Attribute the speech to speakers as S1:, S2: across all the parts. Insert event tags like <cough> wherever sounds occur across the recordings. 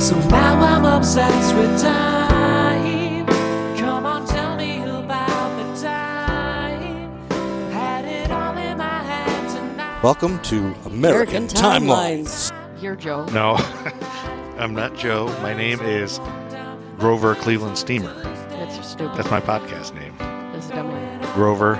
S1: So now I'm obsessed with time. Come on, tell me about the time. Had it all in my head tonight.
S2: Welcome to American,
S3: American
S2: Timelines.
S3: You're Joe.
S4: No, <laughs> I'm not Joe. My name is Grover Cleveland Steamer.
S3: That's stupid.
S4: That's my podcast name.
S3: That's a dumb name.
S4: Grover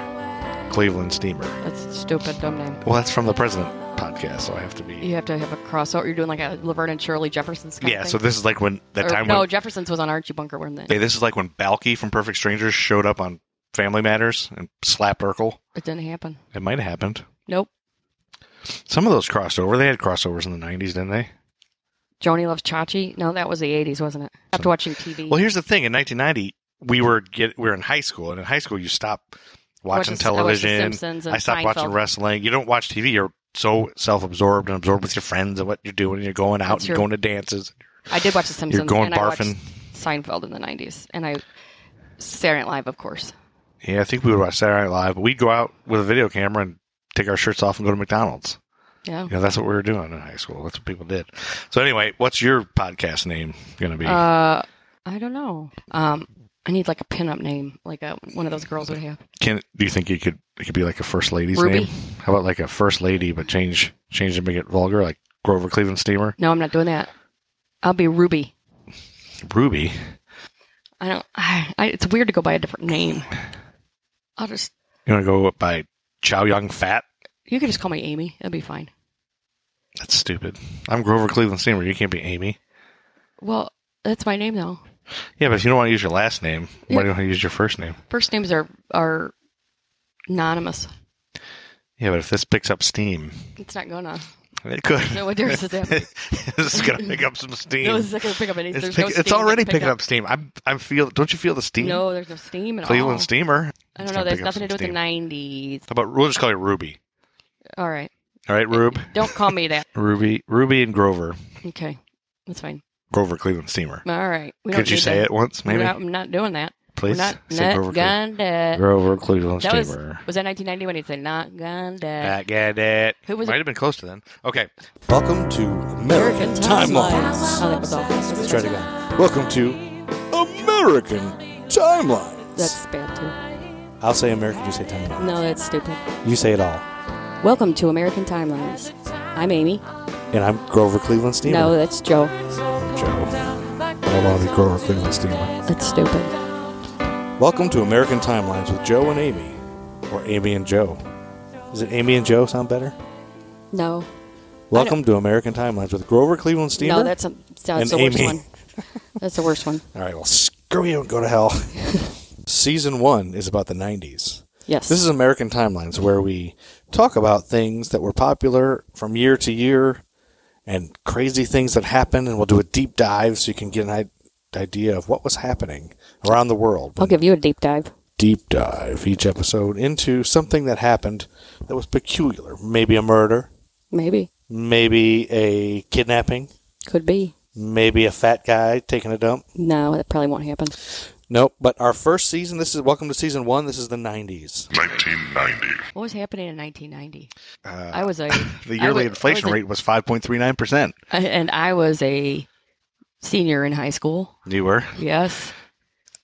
S4: Cleveland Steamer.
S3: That's a stupid dumb name.
S4: Well, that's from the President podcast, so I have to be.
S3: You have to have a crossover. You're doing like a Laverne and Shirley Jefferson's kind
S4: Yeah,
S3: of
S4: so
S3: thing.
S4: this is like when that
S3: Or-
S4: time
S3: no,
S4: when.
S3: Jefferson's was on Archie Bunker, wasn't it?
S4: Hey, this is like when Balky from Perfect Strangers showed up on Family Matters and slapped Urkel.
S3: It didn't happen.
S4: It might have happened.
S3: Nope.
S4: Some of those crossed over. They had crossovers in the 90s, didn't they?
S3: Joni loves Chachi. No, that was the 80s, wasn't it? Stopped watching TV.
S4: Well, here's the thing. In 1990, we were get we were in high school, and in high school, you stop
S3: Watched
S4: watching
S3: the- I watched The
S4: television.
S3: Simpsons and
S4: I stopped watching
S3: Seinfeld.
S4: wrestling. You don't watch TV. You're so self-absorbed and absorbed with your friends and what you're doing. You're going out
S3: That's
S4: and
S3: your-
S4: going to dances.
S3: I did watch The Simpsons.
S4: you're going
S3: and I
S4: barfing.
S3: watched Seinfeld in the 90s. And I Saturday Night Live, of course.
S4: Yeah, I think we would watch Saturday Night Live. But we'd go out with a video camera and take our shirts off and go to McDonald's.
S3: Yeah.
S4: You know, that's what we were doing in high school. That's what people did. So anyway, what's your podcast name going to be?
S3: Uh, I don't know. Um, I need like a pinup name, like a, one of those girls would have.
S4: Can do you think you could it could be like a first lady's
S3: Ruby?
S4: name? How about like a first lady, but change change and make it vulgar, like Grover Cleveland Steamer?
S3: No, I'm not doing that. I'll be Ruby.
S4: Ruby.
S3: I don't. <sighs> I, I, it's weird to go by a different name. I'll just.
S4: You want to go by Chow Young Fat?
S3: You can just call me Amy. That'd be fine.
S4: That's stupid. I'm Grover Cleveland Steamer. You can't be Amy.
S3: Well, that's my name though.
S4: Yeah, but if you don't want to use your last name,
S3: Yeah.
S4: why do you want to use your first name?
S3: First names are are anonymous.
S4: Yeah, but if this picks up steam,
S3: It's not gonna.
S4: it could.
S3: No, what difference does that make?
S4: <laughs> this is gonna pick
S3: <laughs>
S4: up some steam.
S3: No, it's not gonna pick up any.
S4: it's,
S3: there's
S4: pick-
S3: no
S4: it's
S3: steam
S4: already
S3: to pick
S4: picking up. steam. I'm, I'm feel. Don't you feel the steam?
S3: No, there's no steam at all.
S4: Cleveland Steamer.
S3: I
S4: It's
S3: don't know.
S4: gonna
S3: There's
S4: pick up
S3: nothing to do with
S4: some
S3: the
S4: steam.
S3: '90s.
S4: How about we'll just call you Ruby?
S3: All right.
S4: All right, Rube,
S3: Don't call me that.
S4: Ruby, Ruby, and Grover.
S3: Okay, that's fine.
S4: Grover Cleveland Steamer.
S3: All right. We don't
S4: Could you
S3: need
S4: say
S3: to-
S4: it once, maybe?
S3: We're not, I'm not doing that.
S4: Please.
S3: We're not,
S4: Say
S3: not
S4: Cleveland-
S3: gonna.
S4: Grover Cleveland
S3: That was-
S4: Steamer.
S3: Was that 1990 when he said not gonna?
S4: Back at it.
S3: Who was
S4: Might
S3: it?
S4: have been close to then. Okay.
S2: Welcome to American Timelines.
S3: Oh, that was awful.
S2: Let's try it again. Welcome to American Timelines.
S3: That's bad too.
S2: I'll say American, you say timeline.
S3: No, that's stupid.
S2: You say it all.
S3: Welcome to American Timelines. I'm Amy.
S2: And I'm Grover Cleveland Steamer.
S3: No, that's Joe.
S2: I'm Joe. But I want to be Grover Cleveland Steamer.
S3: That's stupid.
S2: Welcome to American Timelines with Joe and Amy. Or Amy and Joe. Is it Amy and Joe sound better?
S3: No.
S2: Welcome to American Timelines with Grover Cleveland Steamer.
S3: No, that's, a,
S2: And
S3: that's the worst
S2: Amy. <laughs>
S3: one. That's the worst one.
S2: All right, well, screw you and go to
S3: <laughs>
S2: hell. Season one is about the 90s.
S3: Yes.
S2: This is American Timelines, where we talk about things that were popular from year to year and crazy things that happened, and we'll do a deep dive so you can get an i- idea of what was happening around the world.
S3: I'll give you a deep dive.
S2: deep dive each episode into something that happened that was peculiar. Maybe a murder,
S3: Maybe.
S2: maybe a kidnapping,
S3: Could be.
S2: maybe a fat guy taking a dump.
S3: No, that probably won't happen.
S2: Nope, but our first season, this is welcome to season one, this is the 90s.
S5: 1990.
S3: What was happening in 1990?
S4: Uh,
S2: <laughs>
S3: I was a.
S4: the
S3: I
S4: yearly
S3: was- I
S4: inflation
S3: was a-
S4: rate was 5.39%.
S3: And I was a senior in high school.
S4: You were?
S3: Yes.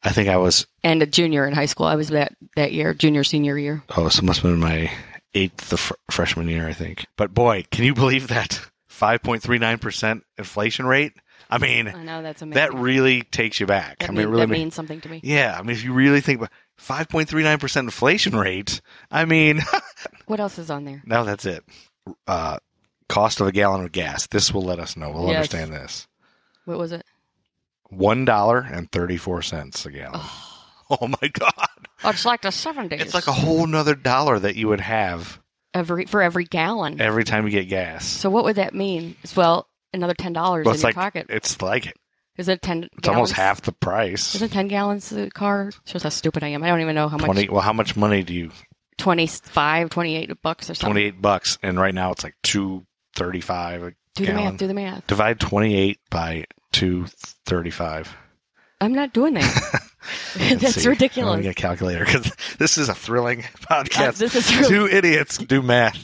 S4: I think I was,
S3: And a junior in high school. I was that, that year, junior, senior year.
S4: oh, so it must have been my eighth the fr- freshman year, I think. But boy, can you believe that 5.39% inflation rate? I mean,
S3: I know that's amazing.
S4: that really takes you back.
S3: That
S4: I mean,
S3: mean-
S4: it really
S3: that
S4: ma-
S3: means something to me.
S4: Yeah, I mean, if you really think about 5.39% inflation rate, I mean, <laughs>
S3: What else is on there?
S4: now that's it. Uh, cost of a gallon of gas. This will let us know. We'll
S3: Yes.
S4: understand this.
S3: What was it?
S4: one dollar and thirty four cents a gallon. <laughs> Oh. my god!
S3: Oh, it's like the 70s.
S4: It's like a whole nother dollar that you would have
S3: every for every gallon.
S4: every time you get gas.
S3: So what would that mean? It's, well, another ten dollars
S4: Well,
S3: in
S4: it's
S3: your
S4: like
S3: pocket.
S4: it's like it's
S3: Is it ten? It's
S4: almost half the price.
S3: Is it ten gallons a car? Shows how stupid I am. I don't even know how
S4: Twenty.
S3: much.
S4: Well, how much money do you?
S3: 25, 28 bucks or
S4: Twenty
S3: something.
S4: eight bucks, and right now it's like two thirty five.
S3: Do the
S4: gallon.
S3: math. Do the math.
S4: Divide twenty eight by two thirty five. <laughs>
S3: I'm not doing that. <laughs>
S4: Let's
S3: That's
S4: see.
S3: ridiculous.
S4: I'm going to get a calculator because <laughs> this is a thrilling <laughs>
S3: Uh,
S4: podcast.
S3: this is <laughs> really
S4: Two idiots do math.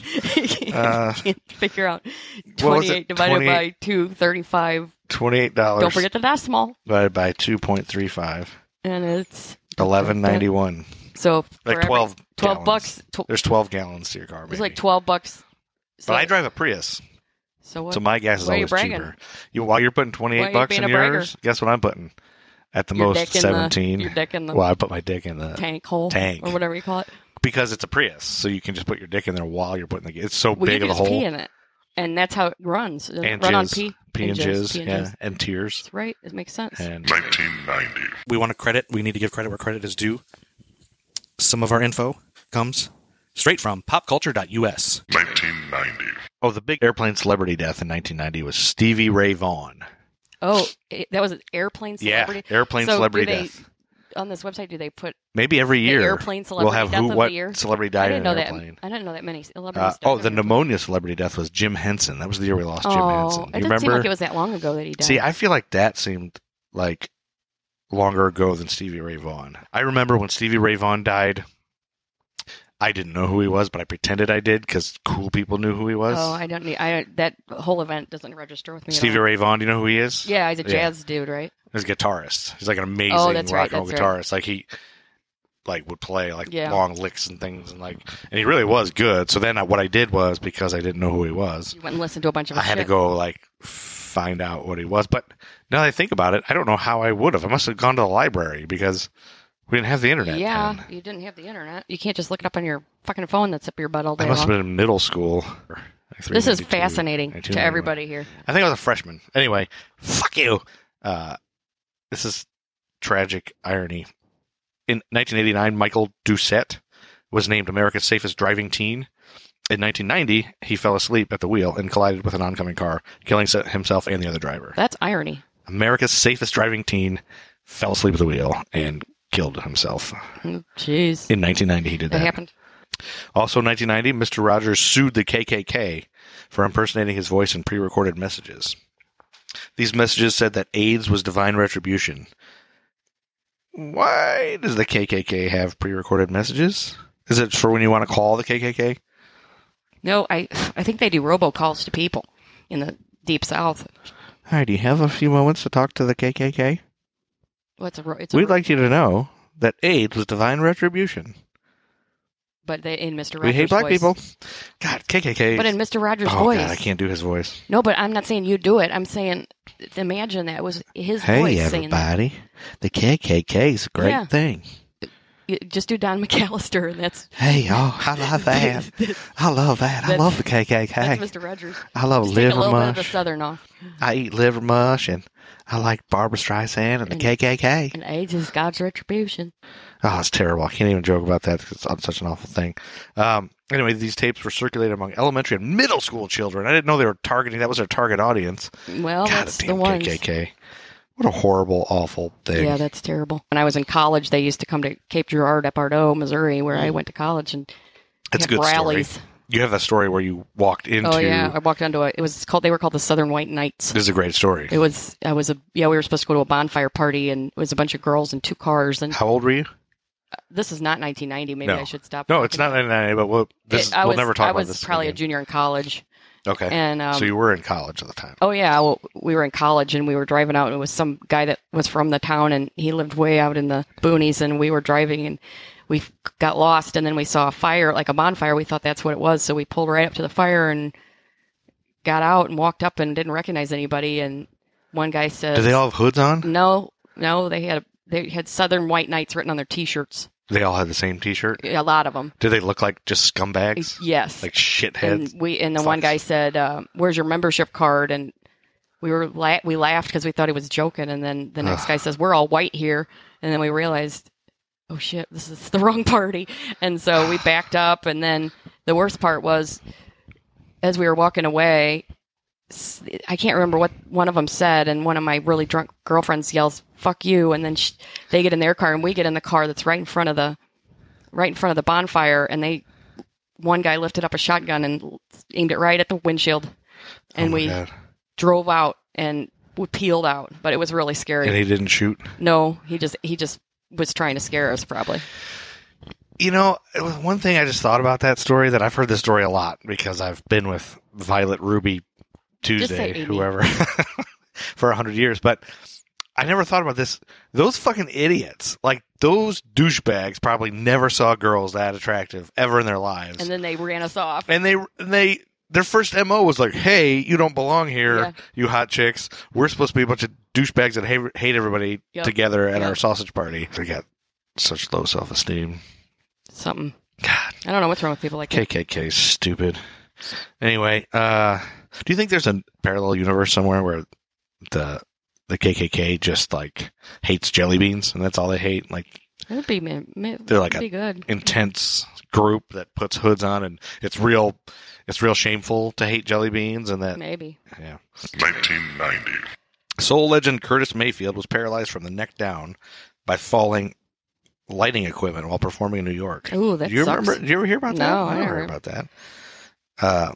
S4: Uh,
S3: can't figure out
S4: what was
S3: 28
S4: it?
S3: divided by 2, 35.
S4: Twenty-eight dollars.
S3: Don't forget the decimal.
S4: divided by two point three five.
S3: And it's
S4: Eleven ninety-one.
S3: so for
S4: Like
S3: every-
S4: twelve.
S3: 12
S4: gallons.
S3: bucks. Tw-
S4: There's twelve gallons to your car. Maybe.
S3: it's like 12 bucks. So,
S4: But I drive a Prius,
S3: so what?
S4: so my gas is
S3: Why are you
S4: always
S3: bragging?
S4: cheaper. You while you're putting
S3: Why are
S4: twenty-eight
S3: you
S4: bucks
S3: being
S4: in
S3: a bragger?
S4: yours, guess what I'm putting? At the
S3: Your
S4: most
S3: dick in the-
S4: seventeen.
S3: your dick in the
S4: well, I put my dick in the
S3: tank hole
S4: tank.
S3: or whatever you call it.
S4: because it's a Prius, so you can just put your dick in there while you're putting the. It's so
S3: Well, you
S4: big
S3: can
S4: of
S3: just
S4: a hole.
S3: pee in it, and that's how it runs. It
S4: and
S3: run on
S4: jizz.
S3: pee,
S4: pee and jizz,
S3: pee and
S4: yeah,
S3: jizz.
S4: and tears.
S3: That's right. It makes sense.
S4: And
S5: 1990.
S2: we want to credit. We need to give credit where credit is due. Some of our info comes straight from popculture.us.
S5: 1990.
S4: oh, the big airplane celebrity death in 1990 was Stevie Ray Vaughan.
S3: Oh, it, that was an airplane celebrity.
S4: Yeah, airplane
S3: So do
S4: celebrity
S3: they-
S4: death.
S3: On this website, do they put?
S4: Maybe every year
S3: airplane
S4: we'll
S3: celebrity
S4: have
S3: death
S4: who
S3: of
S4: what
S3: the year?
S4: celebrity
S3: I
S4: died
S3: didn't
S4: in
S3: know
S4: an
S3: that.
S4: airplane.
S3: I didn't know that many celebrities.
S4: Uh, oh,
S3: died.
S4: the pneumonia celebrity death was Jim Henson. That was the year we lost Jim
S3: Oh,
S4: Henson.
S3: it
S4: You
S3: doesn't seem
S4: remember?
S3: like it was that long ago that he died.
S4: See, I feel like that seemed like longer ago than Stevie Ray Vaughan. I remember when Stevie Ray Vaughan died. I didn't know who he was, but I pretended I did because cool people knew who he was.
S3: oh, I don't need. I don't, that whole event doesn't register with me. at
S4: Stevie
S3: all.
S4: Ray Vaughan, do you know who he is?
S3: Yeah, he's a
S4: Yeah.
S3: jazz dude, right?
S4: He's a guitarist. He's like an amazing
S3: Oh,
S4: rock
S3: that's right,
S4: and roll
S3: that's right.
S4: guitarist. Like he like would play like
S3: Yeah.
S4: long licks and things and like and he really was good. So then I, what I did was because I didn't know who he was,
S3: You went and listened to a bunch of.
S4: I
S3: his
S4: had to
S3: shit.
S4: go like find out what he was. But now that I think about it, I don't know how I would have. I must have gone to the library because we didn't have the internet.
S3: Yeah,
S4: then.
S3: you didn't have the internet. You can't just look it up on your fucking phone that's up your butt all
S4: I
S3: day
S4: must have
S3: long.
S4: been in middle school.
S3: This is
S4: 392,
S3: fascinating
S4: 92,
S3: to everybody here.
S4: I think I was a freshman. Anyway, fuck you. Uh, this is tragic irony. In 1989, Michael Doucette was named America's safest driving teen. In 1990, he fell asleep at the wheel and collided with an oncoming car, killing se- himself and the other driver.
S3: That's irony.
S4: America's safest driving teen fell asleep at the wheel and killed himself.
S3: Oh, Jeez,
S4: In 1990, he did
S3: that
S4: that.
S3: happened.
S4: Also, in 1990, Mr. Rogers sued the KKK for impersonating his voice in pre recorded messages. These messages said that AIDS was divine retribution. Why does the KKK have pre recorded messages? Is it for when you want to call the KKK?
S3: No, I I think they do robocalls to people in the deep south.
S4: Hi, do you have a few moments to talk to the KKK?
S3: What's a ro- it's a
S4: We'd
S3: ro-
S4: like you to know that AIDS was divine retribution.
S3: but they, in Mr. Rogers
S4: we hate black
S3: voice.
S4: people. God, KKK.
S3: But in Mr. Rogers'
S4: oh,
S3: voice,
S4: God, I can't do his voice.
S3: no. But I'm not saying you do it. I'm saying imagine that it was his voice
S4: Hey,
S3: saying that.
S4: everybody. The KKK is a great
S3: Yeah.
S4: thing.
S3: You- Just do Don <laughs> McAllister, and that's
S4: Hey y'all, I
S3: <laughs>
S4: love that. I love that. I
S3: That's-
S4: love the
S3: that's
S4: KKK.
S3: Mr. Rogers.
S4: I love
S3: Just take a
S4: liver
S3: little bit of the
S4: mush.
S3: southern off,
S4: I eat liver mush and I like Barbara Streisand and the
S3: And-
S4: KKK.
S3: and AIDS is God's retribution.
S4: Oh, it's terrible. I can't even joke about that because I'm such an awful thing. Um, anyway, these tapes were circulated among elementary and middle school children. I didn't know they were targeting. That was their target audience.
S3: Well,
S4: God,
S3: Oh, that's
S4: the
S3: the
S4: damn
S3: one.
S4: KKK. What a horrible, awful thing.
S3: Yeah, that's terrible. When I was in college, they used to come to Cape Girardeau, Depardo, Missouri, where I went to college, and
S4: Mm. That's a
S3: have
S4: good
S3: rallies.
S4: story. You have that story where you walked into.
S3: Oh yeah, I walked onto a. It was called. They were called the Southern White Knights.
S4: This is a great story.
S3: It was. I was a. Yeah, we were supposed to go to a bonfire party, and it was a bunch of girls in two cars. And
S4: How old were you?
S3: this is not 1990. Maybe
S4: No.
S3: I should stop.
S4: No, it's
S3: talking.
S4: not 99, but we'll, this,
S3: It- I
S4: we'll
S3: was,
S4: never talk
S3: I
S4: about
S3: was
S4: this.
S3: probably a
S4: again.
S3: junior in college,
S4: Okay.
S3: and um,
S4: so you were in college at the time.
S3: Oh yeah, well, we were in college and we were driving out, and it was some guy that was from the town, and he lived way out in the boonies, and we were driving, and we f- got lost, and then we saw a fire, like a bonfire. We thought that's what it was, so we pulled right up to the fire and got out and walked up and didn't recognize anybody. And one guy says,
S4: Did they all have hoods on?
S3: "No, no, they had they had Southern White Knights written on their T-shirts,
S4: They all had the same T-shirt.
S3: a lot of them.
S4: Did they look like just scumbags,
S3: Yes,
S4: like shitheads?
S3: and we and the one
S4: Fucks.
S3: guy said, uh, "Where's your membership card?" And we were la- we laughed because we thought he was joking. And then the next
S4: Ugh.
S3: guy says, "We're all white here," and then we realized, "Oh shit, this is the <laughs> wrong party." And so we backed up. And then the worst part was, as we were walking away, s- I can't remember what one of them said, and one of my really drunk girlfriends yells, "Fuck you!" And then sh they get in their car, and we get in the car that's right in front of the right in front of the bonfire, and they one guy lifted up a shotgun and l- aimed it right at the windshield,
S4: Oh
S3: and
S4: my
S3: we
S4: God.
S3: drove out and we peeled out. But it was really scary.
S4: and he didn't shoot.
S3: no, he just he just was trying to scare us, probably.
S4: You know, it was one thing I just thought about that story that I've heard this story a lot because I've been with Violet Ruby
S3: say Amy.
S4: Tuesday, whoever, <laughs> for a hundred years. But I never thought about this. Those fucking idiots, like those douchebags, probably never saw girls that attractive ever in their lives.
S3: And then they ran us off.
S4: and they they their first mo was like, "Hey, you don't belong here,
S3: Yeah.
S4: you hot chicks. We're supposed to be a bunch of douchebags that hate, hate everybody
S3: Yep.
S4: together at
S3: Yep.
S4: our sausage party." They got such low self esteem.
S3: Something.
S4: God,
S3: I don't know what's wrong with people like that.
S4: KKK, 's stupid. Anyway, uh, do you think there's a parallel universe somewhere where the the KKK just like hates jelly beans and that's all they hate? Like
S3: That would be, ma- ma-
S4: They're like
S3: that'd be good.
S4: intense group that puts hoods on and it's real. It's real shameful to hate jelly beans and that
S3: Maybe.
S4: yeah.
S5: 1990,
S4: Soul legend Curtis Mayfield was paralyzed from the neck down by falling lighting equipment while performing in New York.
S3: Ooh, that
S4: do you
S3: sucks.
S4: remember? Do you ever hear about that?
S3: No, I
S4: never
S3: don't
S4: heard
S3: remember.
S4: about that. Uh,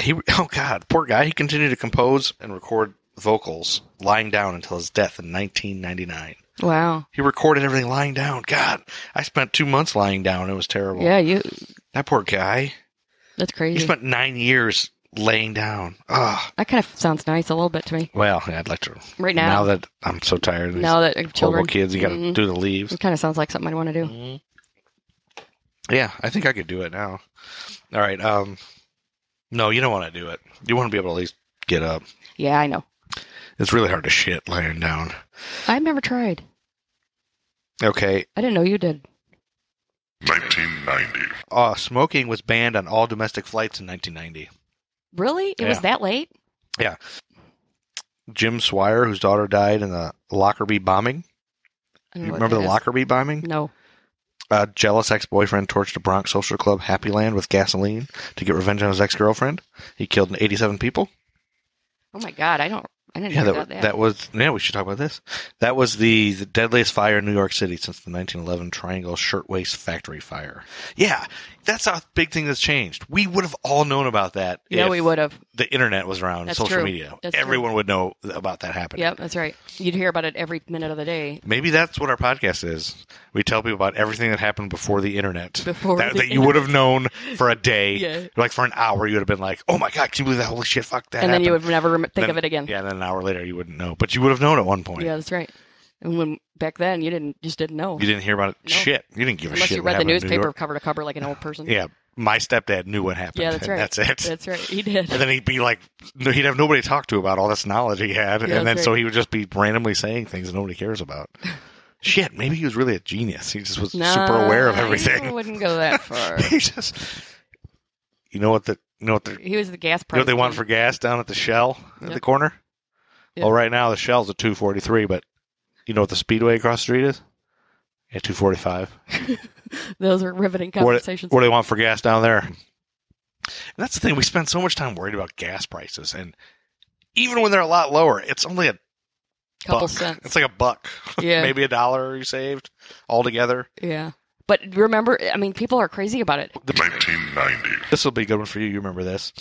S4: he oh god, poor guy. He continued to compose and record vocals lying down until his death in 1999.
S3: Wow.
S4: He recorded everything lying down. God, I spent two months lying down. It was terrible.
S3: Yeah, you.
S4: that poor guy.
S3: That's
S4: He
S3: crazy.
S4: spent nine years laying down. Ah,
S3: that kind of sounds nice a little bit to me
S4: well, I'd like to.
S3: right
S4: Now,
S3: now.
S4: that I'm so tired, of these
S3: Now that, i have
S4: Horrible
S3: children,
S4: kids, you got to
S3: Mhm.
S4: do the leaves.
S3: it kind of sounds like something I'd want to do.
S4: Yeah, I think I could do it now. All right. Um, no, you don't want to do it. You want to be able to at least get up.
S3: Yeah, I know.
S4: It's really hard to shit laying down.
S3: I've never tried.
S4: Okay.
S3: I didn't know you did.
S5: 1990,
S4: Uh, smoking was banned on all domestic flights in 1990.
S3: Really? It was
S4: Yeah.
S3: that late?
S4: Jim Swire, whose daughter died in the Lockerbie bombing.
S3: I don't
S4: You
S3: know what
S4: remember
S3: that
S4: the
S3: is.
S4: Lockerbie bombing?
S3: No.
S4: A jealous ex-boyfriend torched a Bronx social club, Happy Land, with gasoline to get revenge on his ex-girlfriend. He killed 87 people.
S3: Oh my God, I don't. I didn't hear
S4: Yeah, that,
S3: about
S4: that.
S3: that.
S4: was yeah. We should talk about this. That was the, the deadliest fire in New York City since the 1911 Triangle Shirtwaist Factory fire. Yeah, that's a big thing that's changed. We would have all known about that.
S3: yeah,
S4: if
S3: we would have.
S4: The internet was around,
S3: That's
S4: social
S3: true.
S4: media.
S3: That's true.
S4: Everyone would know about that happening.
S3: Yep, that's right. You'd hear about it every minute of the day.
S4: Maybe that's what our podcast is. We tell people about everything that happened before the internet.
S3: Before
S4: that,
S3: the
S4: that you would have known for a
S3: <laughs>
S4: day,
S3: Yeah.
S4: like for an hour, you would have been like, "Oh my god, can you believe that? Holy shit, fuck that!"
S3: and then you
S4: happened."
S3: would never rem- think
S4: Then-
S3: of it again.
S4: Yeah, and then an hour later, you wouldn't know, but you would have known at one point.
S3: Yeah, that's right. And when back then you didn't just didn't know
S4: You didn't hear about it.
S3: No.
S4: Shit. You didn't give a
S3: unless
S4: shit.
S3: you
S4: what
S3: read the
S4: happened in New
S3: newspaper
S4: York.
S3: cover to cover like an old person.
S4: Yeah. My stepdad knew what happened.
S3: Yeah, that's
S4: and
S3: right.
S4: <laughs> That's it.
S3: that's right. He did.
S4: and then he'd be like, no, he'd have nobody to talk to about all this knowledge he had.
S3: that's
S4: and then so
S3: right.
S4: he would just be randomly saying things that nobody
S3: <laughs>
S4: cares about. Shit, maybe he was really a genius. He just was
S3: Nah,
S4: <laughs> super aware of
S3: I
S4: everything.
S3: wouldn't go that
S4: <laughs>
S3: far.
S4: he just, you know what the, you know what the, you
S3: he was the gas price.
S4: know what they want
S3: king.
S4: for gas down at the Shell at
S3: Yep.
S4: the corner.
S3: Yep.
S4: Well, right now the Shell's a two forty three, but you know what the Speedway across the street is? At two forty five.
S3: <laughs> Those are riveting
S4: What-
S3: conversations.
S4: What do they want for gas down there? And that's the thing. We spend so much time worried about gas prices, and even when they're a lot lower, it's only a
S3: couple
S4: buck.
S3: cents.
S4: It's like a buck,
S3: Yeah.
S4: <laughs> maybe a dollar you saved altogether.
S3: Yeah. But remember, I mean, people are crazy about it.
S5: 1990,
S4: This will be a good one for you. You remember this?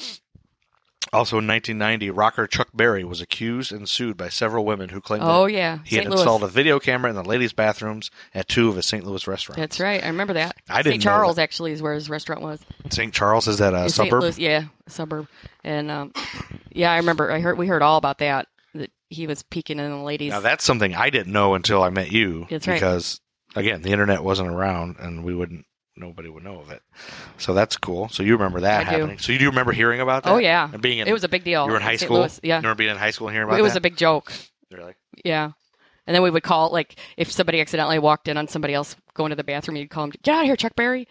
S4: Also, in 1990, rocker Chuck Berry was accused and sued by several women who claimed
S3: Oh
S4: that
S3: yeah,
S4: he
S3: St.
S4: had
S3: Louis.
S4: installed a video camera in the ladies' bathrooms at two of his St. Louis restaurants.
S3: That's right. I remember that.
S4: I didn't
S3: St.
S4: know
S3: Charles actually is where his restaurant was.
S4: St. Charles is that a
S3: In St.
S4: suburb?
S3: Louis, yeah, suburb. And um, yeah, I remember. I heard we heard all about that. That he was peeking in the ladies.
S4: Now that's something I didn't know until I met you.
S3: That's right.
S4: because again, the internet wasn't around, and we wouldn't. Nobody would know of it. So that's cool. So you remember that
S3: I do.
S4: happening? So you do remember hearing about that?
S3: oh yeah,
S4: and being in,
S3: it was a big deal.
S4: you were in high
S3: St.
S4: school.
S3: Louis,
S4: You
S3: Yeah,
S4: remember being in high school and hearing about
S3: it was a
S4: that?
S3: big joke.
S4: Really?
S3: Yeah. And then we would call like if somebody accidentally walked in on somebody else going to the bathroom, you'd call them, "Get out of here, Chuck
S4: <laughs>
S3: Berry."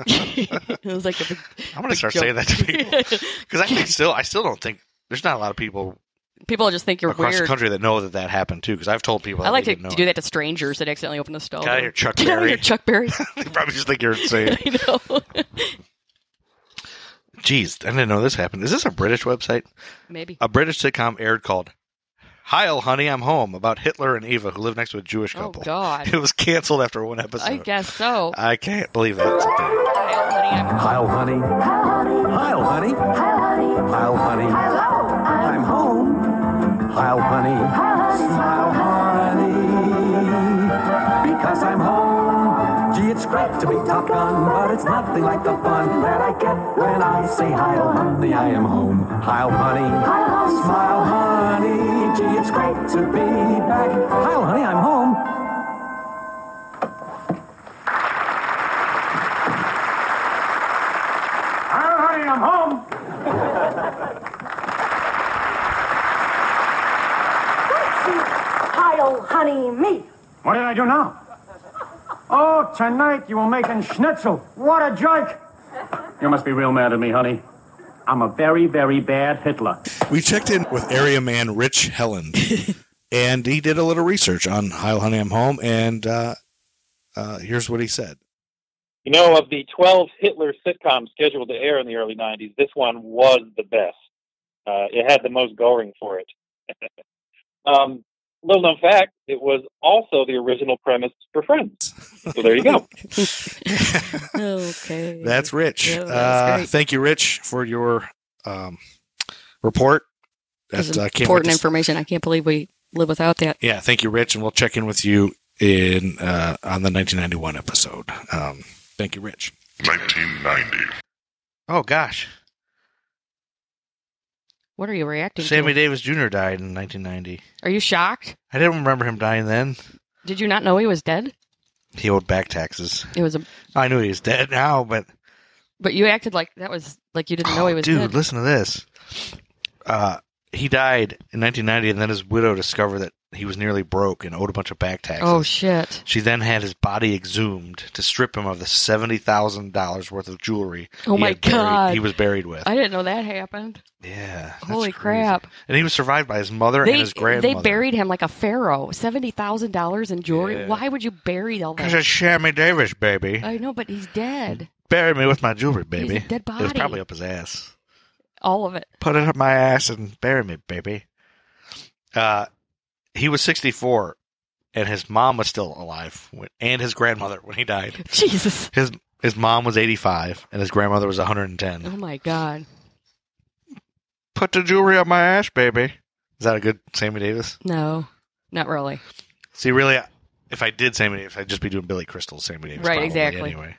S3: it was like a big,
S4: I'm gonna
S3: big
S4: start
S3: joke.
S4: saying that
S3: <laughs>
S4: to people because I think still, I still don't think there's not a lot of people
S3: people just think you're
S4: across the
S3: weird.
S4: country that know that that happened too. Because I've told people
S3: I like
S4: they
S3: to
S4: didn't know
S3: do that to strangers that accidentally open the stall.
S4: It. Got here, Chuck
S3: <laughs> Get out of here,
S4: Berry.
S3: Chuck
S4: <laughs>
S3: Berry. <laughs>
S4: they probably just think you're insane.
S3: I know.
S4: Jeez, I didn't know this happened. Is this a British website?
S3: Maybe.
S4: a British sitcom aired called Heil Honey, I'm Home about Hitler and Eva who live next to a Jewish
S3: Oh
S4: couple.
S3: God.
S4: It was canceled after one episode.
S3: I guess so.
S4: I can't believe that's a thing. <laughs>
S3: Kyle, honey, I'm-
S6: Heil, honey. Heil, honey. Heil, honey. I'm home. Heil, honey. Smile, honey. Because right to be Top Gun, but it's nothing like the fun that I get when I say hi, oh honey, I am home. Hi, oh honey, smile, honey, gee, it's great to be back. Hi, oh honey, I'm home. Hi, oh honey, I'm home.
S7: Hi, oh honey, me.
S6: What did I do now? Oh, tonight you were making schnitzel. What a joke. You must be real mad at me, honey. I'm a very, very bad Hitler.
S2: We checked in with area man Rich <laughs> Helland, and he did a little research on Heil Honey I'm Home, and uh, uh, here's what he said.
S4: <laughs>
S8: You know, of the 12 Hitler sitcoms scheduled to air in the early 90s, this one was the best. Uh, it had the most going for it. <laughs> um, little known fact, it was also the original premise for Friends. So there you go.
S3: Okay.
S2: That's Rich.
S3: Yeah, that was
S2: uh,
S3: great.
S2: thank you, Rich, for your um, report.
S3: That's
S2: That uh, came with
S3: important
S2: this-
S3: information. I can't believe we live without that.
S2: Yeah, thank you, Rich, and we'll check in with you in uh, on the 1991 episode. Um, thank you, Rich.
S5: 1990.
S4: Oh gosh,
S3: What are you reacting
S4: Sammy
S3: to?
S4: Davis Jr. died in 1990.
S3: Are you shocked?
S4: I didn't remember him dying then.
S3: Did you not know he was dead?
S4: He owed back taxes.
S3: It was a,
S4: I knew he was dead now, but
S3: but you acted like that was like you didn't know he was
S4: Oh, dude,
S3: dead.
S4: listen to this. Uh, he died in 1990, and then his widow discovered that he was nearly broke and owed a bunch of back taxes.
S3: Oh shit!
S4: She then had his body exhumed to strip him of the seventy thousand dollars worth of jewelry.
S3: Oh
S4: he
S3: my
S4: had buried-
S3: God.
S4: he was buried with.
S3: I didn't know that happened.
S4: yeah, that's
S3: Holy
S4: crazy.
S3: crap!
S4: And he was survived by his mother and
S3: They
S4: his
S3: they
S4: grandmother.
S3: buried him like a pharaoh. Seventy thousand dollars in jewelry.
S4: Yeah.
S3: Why would you bury all
S4: Because
S3: that?
S4: it's Sammy Davis, baby.
S3: I know, but he's dead.
S4: Bury me with my jewelry, baby.
S3: He's Uh, a dead
S4: It was
S3: body.
S4: probably up his ass.
S3: All of it. <laughs>
S4: Put it up my ass and bury me, baby. Uh, he was sixty-four, and his mom was still alive, when, and his grandmother when he died.
S3: Jesus.
S4: His his mom was eighty-five, and his grandmother was one hundred and ten.
S3: Oh my god.
S4: Put the jewelry on my ass, baby. Is that a good Sammy Davis?
S3: No, not really.
S4: See, really, if I did Sammy Davis, I'd just be doing Billy Crystal's Sammy Davis.
S3: Right,
S4: probably
S3: exactly.
S4: Anyway.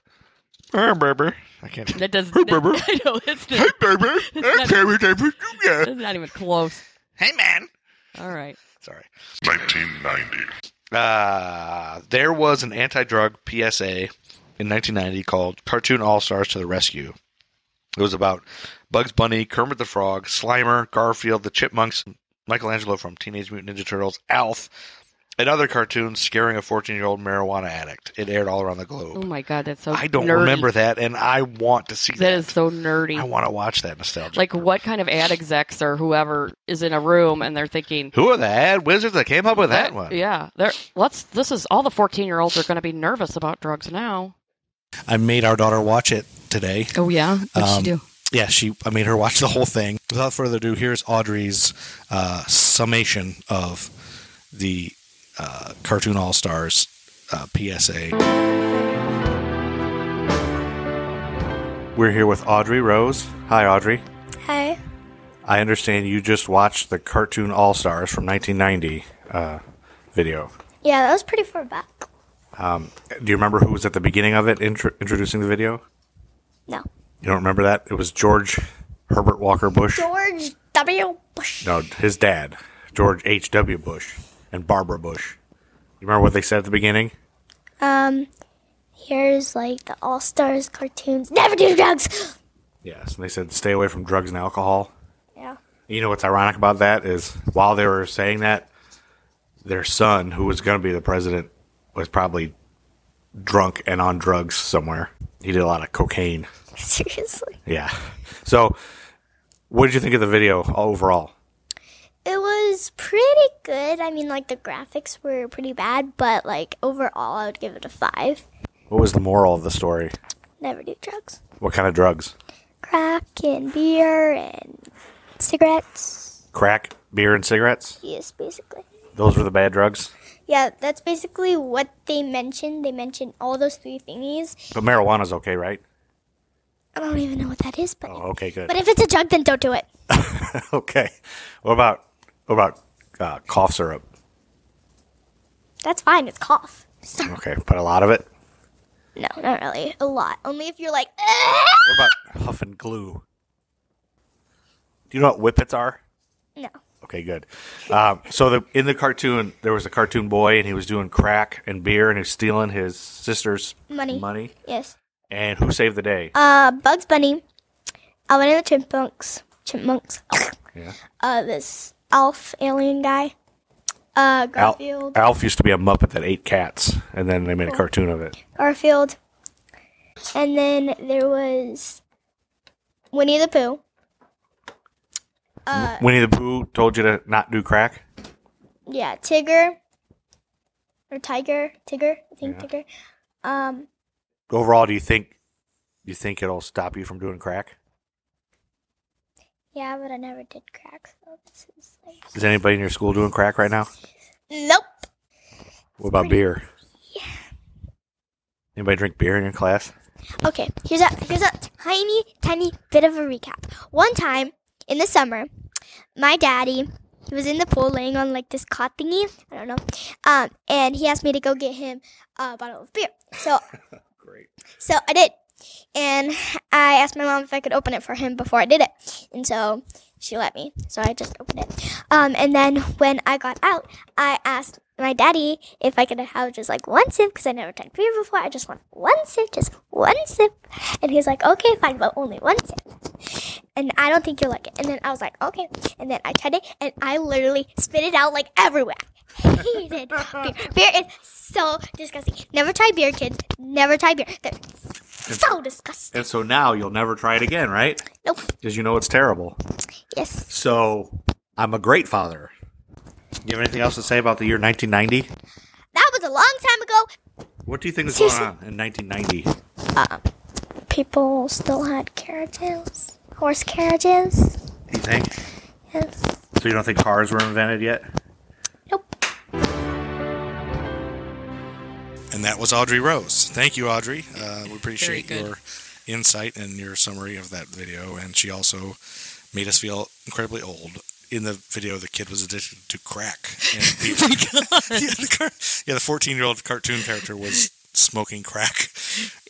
S4: Hey, baby. I can't.
S3: That doesn't.
S4: Hey, Barbara.
S3: <laughs> I know it's
S4: Hey,
S3: not,
S4: baby.
S3: <laughs>
S4: Hey, Sammy Davis. Jr.
S3: it's not even close.
S4: Hey, man.
S3: All right.
S4: Sorry.
S5: 1990.
S4: Uh, there was an anti drug PSA in 1990 called Cartoon All Stars to the Rescue. It was about Bugs Bunny, Kermit the Frog, Slimer, Garfield, the Chipmunks, Michelangelo from Teenage Mutant Ninja Turtles, Alf, and other cartoons scaring a 14 year old marijuana addict. It aired all around the
S3: Oh
S4: globe.
S3: my god, that's so.
S4: I don't
S3: nerdy.
S4: remember that, and I want to see that.
S3: That is so nerdy.
S4: I want to watch that nostalgia.
S3: like what kind of ad execs or whoever is in a room and they're thinking
S4: who are the ad wizards that came up with that, one?
S3: yeah they're let's this is all the 14 year olds are going to be nervous about drugs now
S2: I made our daughter watch it today.
S3: oh yeah what'd
S2: Um,
S3: she do
S2: Yeah, she. I made her watch the whole thing. Without further ado, here's Audrey's uh, summation of the uh, Cartoon All Stars uh, PSA.
S9: We're here with Audrey Rose. Hi, Audrey.
S10: Hi.
S9: I understand you just watched the cartoon All Stars from 1990 uh, video.
S10: Yeah, that was pretty far back. <laughs>
S9: Do you remember who was at the beginning of it intro- introducing the video?
S10: No.
S9: You don't remember that? It was George Herbert Walker Bush.
S10: <laughs> George W. Bush.
S9: No, his dad, George H.W. Bush, and Barbara Bush. You remember what they said at the beginning?
S10: Um, here's like the All Stars cartoons. Never do drugs.
S9: Yes, and they said stay away from drugs and alcohol.
S10: Yeah.
S9: You know what's ironic about that is while they were saying that, their son, who was going to be the president, was probably drunk and on drugs somewhere. He did a lot of cocaine.
S10: Seriously.
S9: Yeah. So, what did you think of the video overall?
S10: It was pretty good. I mean, like the graphics were pretty bad, but like overall, I would give it a five.
S9: What was the moral of the story?
S10: Never do drugs.
S9: What kind of drugs?
S10: Crack and beer and cigarettes.
S9: Crack, beer, and cigarettes?
S10: Yes, basically.
S9: Those were the bad drugs.
S10: Yeah, that's basically what they mentioned. They mentioned all those three thingies.
S9: But marijuana's okay, right?
S10: I don't even know what that is, but
S9: Oh, okay, good.
S10: but if it's a drug, then don't do it.
S9: okay. What about what about uh, cough syrup?
S10: That's fine. It's cough.
S9: Okay, put a lot of it.
S10: No, not really. A lot. Only if you're like,
S9: What about huff and glue? Do you know what whippets are?
S10: no.
S9: Okay, good. Um, so the, in the cartoon, there was a cartoon boy, and he was doing crack and beer, and he was stealing his sister's
S10: Money.
S9: money.
S10: Yes.
S9: And who saved the day?
S10: Uh, Bugs Bunny, Alvin and the Chipmunks, Chipmunks.
S9: Yeah.
S10: Uh, this elf alien guy. Uh,
S9: Al-
S10: Garfield.
S9: Alf used to be a Muppet that ate cats, and then they made a cartoon of it.
S10: Garfield. And then there was Winnie the Pooh. Uh,
S9: Winnie the Pooh told you to not do crack.
S10: yeah, Tigger. Or Tiger, Tigger, I think Tigger. Um,
S9: Overall, do you think you think it'll stop you from doing crack?
S10: yeah, but I never did crack, so this is like,
S9: Is anybody in your school doing crack right now?
S10: nope.
S9: What about beer? Anybody drink beer in your class?
S10: Okay, here's a here's a tiny tiny bit of a recap. One time in the summer, my daddy he was in the pool laying on like this cot thingy. I don't know. Um, and he asked me to go get him a bottle of beer. So great. So I did, and I asked my mom if I could open it for him before I did it, and so she let me. So I just opened it. Um, and then when I got out, I asked my daddy if I could have just like one sip because I never tried beer before. I just want one sip, just one sip. And he's like, okay, fine, but only one sip. And I don't think you'll like it. And then I was like, okay. And then I tried it and I literally spit it out like everywhere. <laughs> I Hated beer. Beer is so disgusting. Never try beer, kids. Never try beer. They're so disgusting.
S9: And so now you'll never try it again, right?
S10: Nope.
S9: Because you know it's terrible.
S10: Yes.
S9: So I'm a great father. You have anything else to say about the year 1990?
S10: That was a long time ago.
S9: What do you think was going
S10: Seriously?
S9: on in 1990?
S10: People still had carriages, horse carriages.
S9: You think?
S10: Yes.
S9: So you don't think cars were invented yet?
S10: Nope.
S2: And that was Audrey Rose. Thank you, Audrey. Uh, we appreciate
S3: good.
S2: your insight and your summary of that video. And she also made us feel incredibly old. In the video, the kid was addicted to crack.
S3: <laughs>
S2: And beer. <laughs>
S3: Oh
S2: yeah, the car- yeah, the 14 year old cartoon character was smoking crack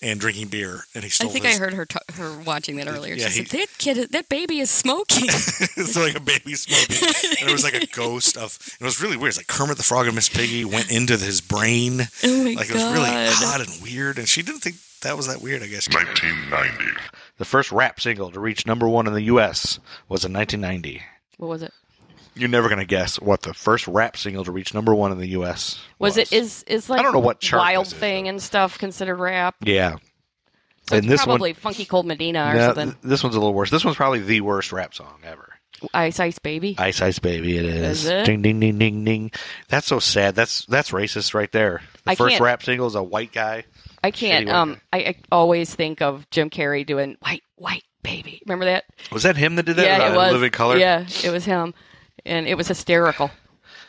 S2: and drinking beer. And he
S3: I
S2: stole
S3: think I
S2: his,
S3: heard her ta- her watching that earlier.
S2: Yeah,
S3: she
S2: he-
S3: said, "That kid, that baby is smoking."
S2: <laughs> it's like a baby smoking. And it was
S3: <laughs>
S2: like a ghost of. It was really weird. It's like Kermit the Frog and Miss Piggy went into his brain.
S3: oh my
S2: like it was
S3: god!
S2: really odd and weird. And she didn't think that was that weird, I guess.
S5: 1990.
S4: The first rap single to reach number one in the U.S. was in 1990.
S3: What was it?
S4: You're never going to guess what the first rap single to reach number one in the U.S.
S3: Was it is is like
S4: don't know what chart
S3: wild
S4: this is,
S3: thing and stuff considered rap?
S4: Yeah.
S3: So
S4: and
S3: it's
S4: this
S3: probably
S4: one,
S3: Funky Cold Medina or
S4: no,
S3: something.
S4: th- this one's a little worse. This one's probably the worst rap song ever.
S3: Ice Ice Baby.
S4: Ice Ice Baby, it is.
S3: Is it?
S4: Ding ding ding ding ding. That's so sad. That's that's racist right there. The
S3: I
S4: 1st
S3: can't-
S4: rap single is a white guy.
S3: I can't.
S4: Shitty
S3: Um,
S4: worker.
S3: I, I always think of Jim Carrey doing "White White Baby." Remember that?
S4: Was that him that did that?
S3: yeah,
S4: Uh,
S3: it was.
S4: Living Color.
S3: Yeah, it was him, and it was hysterical.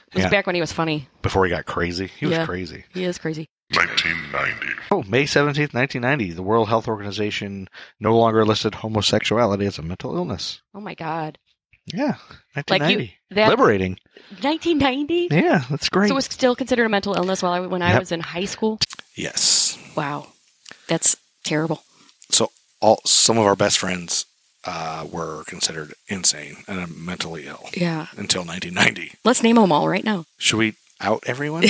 S3: It was
S4: Yeah.
S3: back when he was funny.
S4: Before he got crazy, he was
S3: Yeah.
S4: crazy.
S3: He is crazy.
S5: 1990.
S4: Oh, May 17th, 1990, the World Health Organization no longer listed homosexuality as a mental illness.
S3: Oh my god,
S4: Yeah,
S3: Like you-
S4: 1990.
S3: that-
S4: Liberating.
S3: 1990.
S4: Yeah, that's great.
S3: So it was still considered a mental illness while I when I
S4: Yep.
S3: was in high school.
S2: Yes.
S3: Wow, that's terrible.
S2: so all some of our best friends uh, were considered insane and uh, mentally ill
S3: Yeah,
S2: until 1990.
S3: let's name them all right now. <laughs>
S2: Should we out everyone?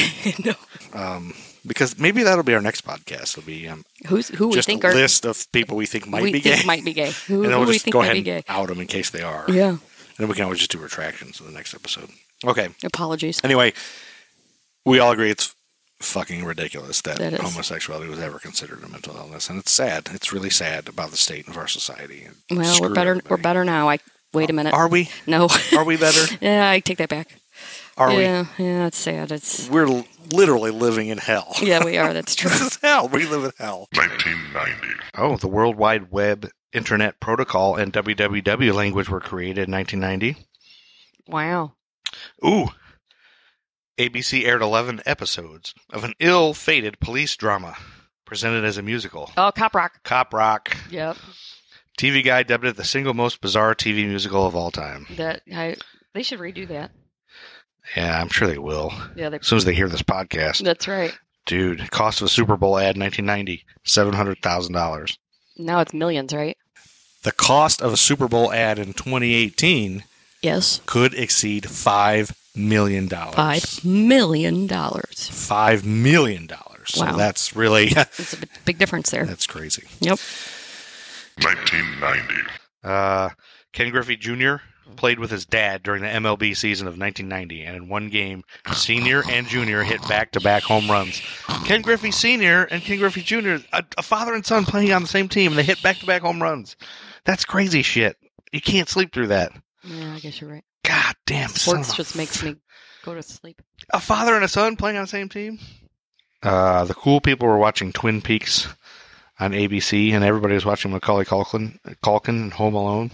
S3: no,
S2: um, because maybe that'll be our next podcast. It'll be um,
S3: who's who we
S2: just a
S3: think are
S2: list of people we think might
S3: we
S2: be
S3: think
S2: gay,
S3: might be gay. Who,
S2: <laughs> and then
S3: who
S2: we'll
S3: we
S2: just
S3: think
S2: go
S3: might
S2: ahead
S3: be
S2: and
S3: gay.
S2: out them in case they are. And
S3: Yeah,
S2: then we can always just do retractions in the next episode. Okay.
S3: apologies.
S2: Anyway, we all agree it's fucking ridiculous that,
S3: That is.
S2: homosexuality was ever considered a mental illness, and it's sad. It's really sad about the state of our society. It
S3: Well, we're
S2: screwed
S3: better. We're
S2: everybody.
S3: better now. I wait a minute.
S2: Are we?
S3: no. <laughs>
S2: Are we better?
S3: yeah, I take that back.
S2: Are we?
S3: yeah, yeah, it's sad. It's
S2: we're l- literally living in hell. <laughs>
S3: yeah, we are. That's true.
S2: this is hell. We live in hell.
S5: 1990.
S4: Oh, the World Wide Web Internet Protocol and WWW language were created in 1990.
S3: wow.
S4: Ooh. ABC aired 11 episodes of an ill fated police drama presented as a musical.
S3: Oh, cop rock.
S4: Cop Rock.
S3: Yep.
S4: TV Guide dubbed it the single most bizarre TV musical of all time.
S3: That I. They should redo that.
S4: Yeah, I'm sure they will.
S3: Yeah, they.
S4: As soon as they hear this podcast.
S3: That's right.
S4: Dude, cost of a Super Bowl ad 1990, $700,000.
S3: Now it's millions, right?
S4: The cost of a Super Bowl ad in 2018
S3: Yes.
S4: could exceed $5 million.
S3: Five million dollars.
S4: $5 million. So
S3: Wow.
S4: that's really, <laughs>
S3: It's a b- big difference there.
S4: that's crazy.
S3: Yep.
S5: 1990,
S4: Uh, Ken Griffey Jr.
S3: Hmm.
S4: played with his dad during the MLB season of 1990, and in one game,
S3: <laughs>
S4: Senior and Junior hit back-to-back home runs. Ken Griffey Senior and Ken Griffey Junior, a, a father and son playing on the same team, and they hit back-to-back home runs. That's crazy shit. You can't sleep through that.
S3: Yeah, I guess you're right.
S4: God damn, son
S3: Sports
S4: of a-
S3: just makes me go to sleep.
S4: a father and a son playing on the same team. Uh, the cool people were watching Twin Peaks on ABC, and everybody was watching Macaulay Culkin, Culkin and Home Alone.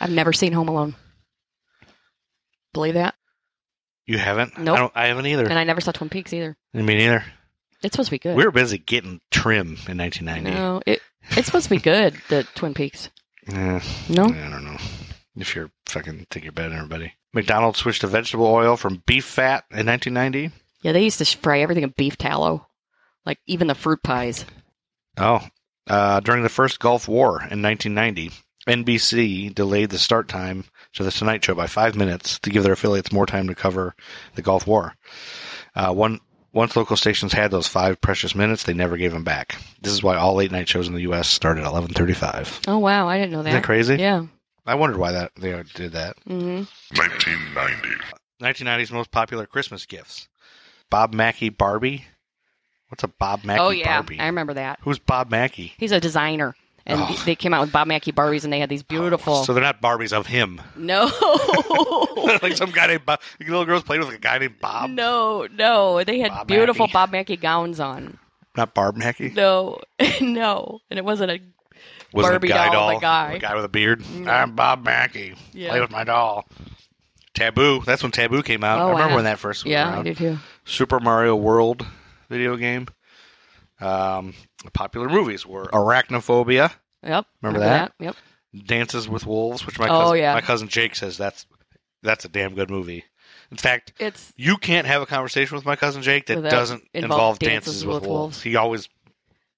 S3: I've never seen Home Alone. Believe that?
S4: You haven't?
S3: Nope.
S4: I, don't, I haven't either.
S3: And I never saw Twin Peaks either.
S4: Me neither.
S3: It's supposed to be good.
S4: We were busy getting trim in 1990.
S3: no, it it's supposed to be good. The Twin Peaks.
S4: Yeah,
S3: No,
S4: I don't know. If you're fucking think you're better than everybody. McDonald's switched to vegetable oil from beef fat in 1990.
S3: yeah, they used to fry everything in beef tallow, like even the fruit pies.
S4: Oh, uh, during the first Gulf War in 1990, NBC delayed the start time to the Tonight Show by five minutes to give their affiliates more time to cover the Gulf War. Uh, one once local stations had those five precious minutes, they never gave them back. This is why all late night shows in the U.S. start at 11:35.
S3: Oh wow, I didn't know that.
S4: Isn't that crazy?
S3: Yeah.
S4: I wondered why that they did that.
S3: hmm
S5: 1990,
S4: 1990s most popular Christmas gifts: Bob Mackey Barbie. What's a Bob Mackey
S3: Oh yeah,
S4: Barbie?
S3: I remember that.
S4: Who's Bob Mackey?
S3: He's a designer, and
S4: Oh.
S3: they came out with Bob Mackey Barbies, and they had these beautiful.
S4: So they're not Barbies of him.
S3: <laughs>
S4: <laughs>
S3: no.
S4: like some guy named Bob. The little girls played with a guy named Bob.
S3: No, no, they had
S4: Bob
S3: beautiful
S4: Mackey.
S3: Bob Mackey gowns on.
S4: Not Barb Mackey.
S3: No, <laughs> no, and it wasn't a
S4: Was it
S3: Barbie
S4: a guy
S3: doll, the
S4: doll?
S3: guy.
S4: A guy with a beard.
S3: No.
S4: I'm Bob Mackey.
S3: Yeah.
S4: Play with my doll. Taboo. That's when Taboo came out.
S3: Oh,
S4: I remember
S3: wow.
S4: when that first was
S3: yeah. I
S4: around.
S3: do too.
S4: Super Mario World video game. Um, popular movies were Arachnophobia,
S3: Yep.
S4: Remember
S3: that? Yep.
S4: Dances with Wolves, which my
S3: Oh,
S4: cousin,
S3: yeah.
S4: my cousin Jake says that's that's a damn good movie. In fact,
S3: It's
S4: you can't have a conversation with my cousin Jake that
S3: Without
S4: doesn't
S3: involve
S4: involve
S3: Dances
S4: dances,
S3: with
S4: with, wolves.
S3: Wolves.
S4: He always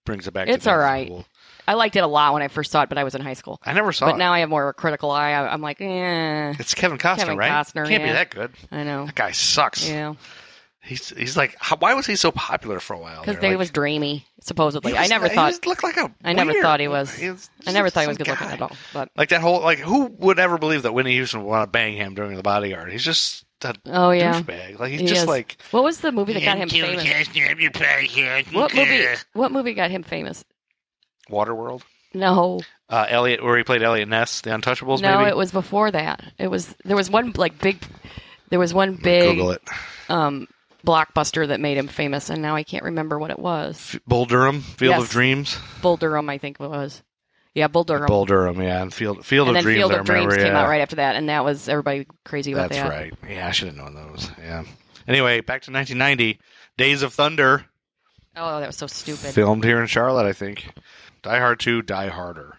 S4: brings it back.
S3: It's
S4: to Dances
S3: all
S4: with
S3: right.
S4: Wolves.
S3: I liked it a lot when I first saw it, but I was in high school.
S4: I never saw
S3: But
S4: it.
S3: now I have more of a critical eye. I, I'm like, eh,
S4: it's Kevin Costner,
S3: Kevin
S4: right?
S3: Costner,
S4: Can't
S3: yeah.
S4: be that good.
S3: I know.
S4: That guy sucks.
S3: Yeah,
S4: He's he's like, how, why was he so popular for a while?
S3: because
S4: there?
S3: he
S4: Like,
S3: was dreamy, supposedly.
S4: he
S3: I
S4: was-
S3: never
S4: he
S3: thought.
S4: was- looked like a.
S3: I never
S4: weird-
S3: thought he was- I never thought he was
S4: some
S3: good looking
S4: guy.
S3: at all. But
S4: Like that whole like, who would ever believe that Whitney Houston would want to bang him during the bodyguard? He's just a
S3: oh yeah,
S4: douchebag. Like he's
S3: He
S4: just
S3: is.
S4: like
S3: What was the movie that got him famous? What movie? What movie got him famous?
S4: Waterworld.
S3: No,
S4: Uh, Elliot, where he played Elliot Ness, The Untouchables.
S3: no,
S4: maybe?
S3: it was before that. It was there was one like big, there was one big
S4: Google it.
S3: um blockbuster that made him famous, and now I can't remember what it was.
S4: F- Bull Durham, Field
S3: Yes.
S4: of Dreams.
S3: Bull Durham, I think it was. Yeah, Bull Durham.
S4: Bull Durham, yeah, and Field Field
S3: and then
S4: of Dreams.
S3: Field
S4: I
S3: of
S4: remember,
S3: Dreams came
S4: yeah.
S3: out right after that, and that was everybody crazy about
S4: That's
S3: that.
S4: right. Yeah, I should have known those. Yeah. Anyway, back to 1990, Days of Thunder,
S3: Oh, that was so stupid.
S4: filmed here in Charlotte, I think. Die Hard 2, Die Harder.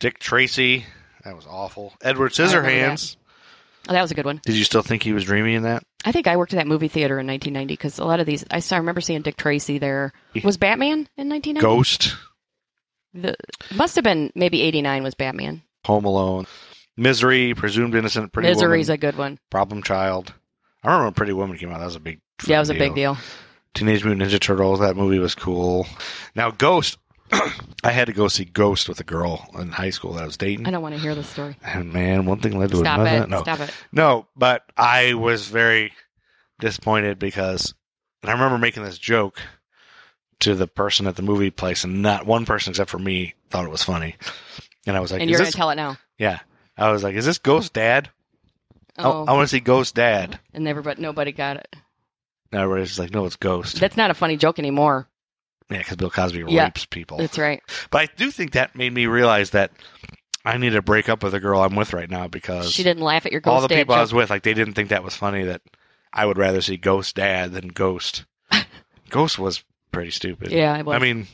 S4: Dick Tracy, that was awful. Edward
S3: I remember
S4: Scissorhands.
S3: Oh, that was a good one.
S4: Did you still think he was dreamy in that?
S3: I think I worked at that movie theater in 1990 because a lot of these. I saw. I remember seeing Dick Tracy there. Was Batman in 1990?
S4: Ghost,
S3: The, must have been maybe 89 was Batman.
S4: Home Alone, Misery, Presumed Innocent, Pretty
S3: Misery's
S4: Woman,
S3: a good one.
S4: Problem Child. I remember when Pretty Woman came out. That was a big
S3: Yeah, it was a big deal.
S4: Teenage Mutant Ninja Turtles. That movie was cool. Now Ghost, <clears throat> I had to go see Ghost with a girl in high school that I was dating.
S3: I don't want to hear this story.
S4: And man, one thing led to
S3: Stop
S4: another.
S3: it.
S4: No,
S3: Stop it.
S4: no, but I was very disappointed because, and I remember making this joke to the person at the movie place, and not one person except for me thought it was funny. And I was like,
S3: and
S4: "Is
S3: you're going
S4: this-"
S3: to tell it now.
S4: yeah." I was like, "Is this Ghost Dad? I-
S3: Oh,
S4: I, want to see Ghost Dad."
S3: and everybody, nobody got it.
S4: And everybody's just like, "No, it's Ghost."
S3: That's not a funny joke anymore.
S4: yeah, because Bill Cosby
S3: Yeah.
S4: rapes people.
S3: That's right.
S4: But I do think that made me realize that I need to break up with the girl I'm with right now because
S3: She didn't laugh at your ghost
S4: all the
S3: dad
S4: <laughs> people I
S3: joke.
S4: was with, like, they didn't think that was funny. That I would rather see Ghost Dad
S3: <laughs>
S4: than Ghost. Ghost was pretty stupid.
S3: Yeah, I was.
S4: I mean,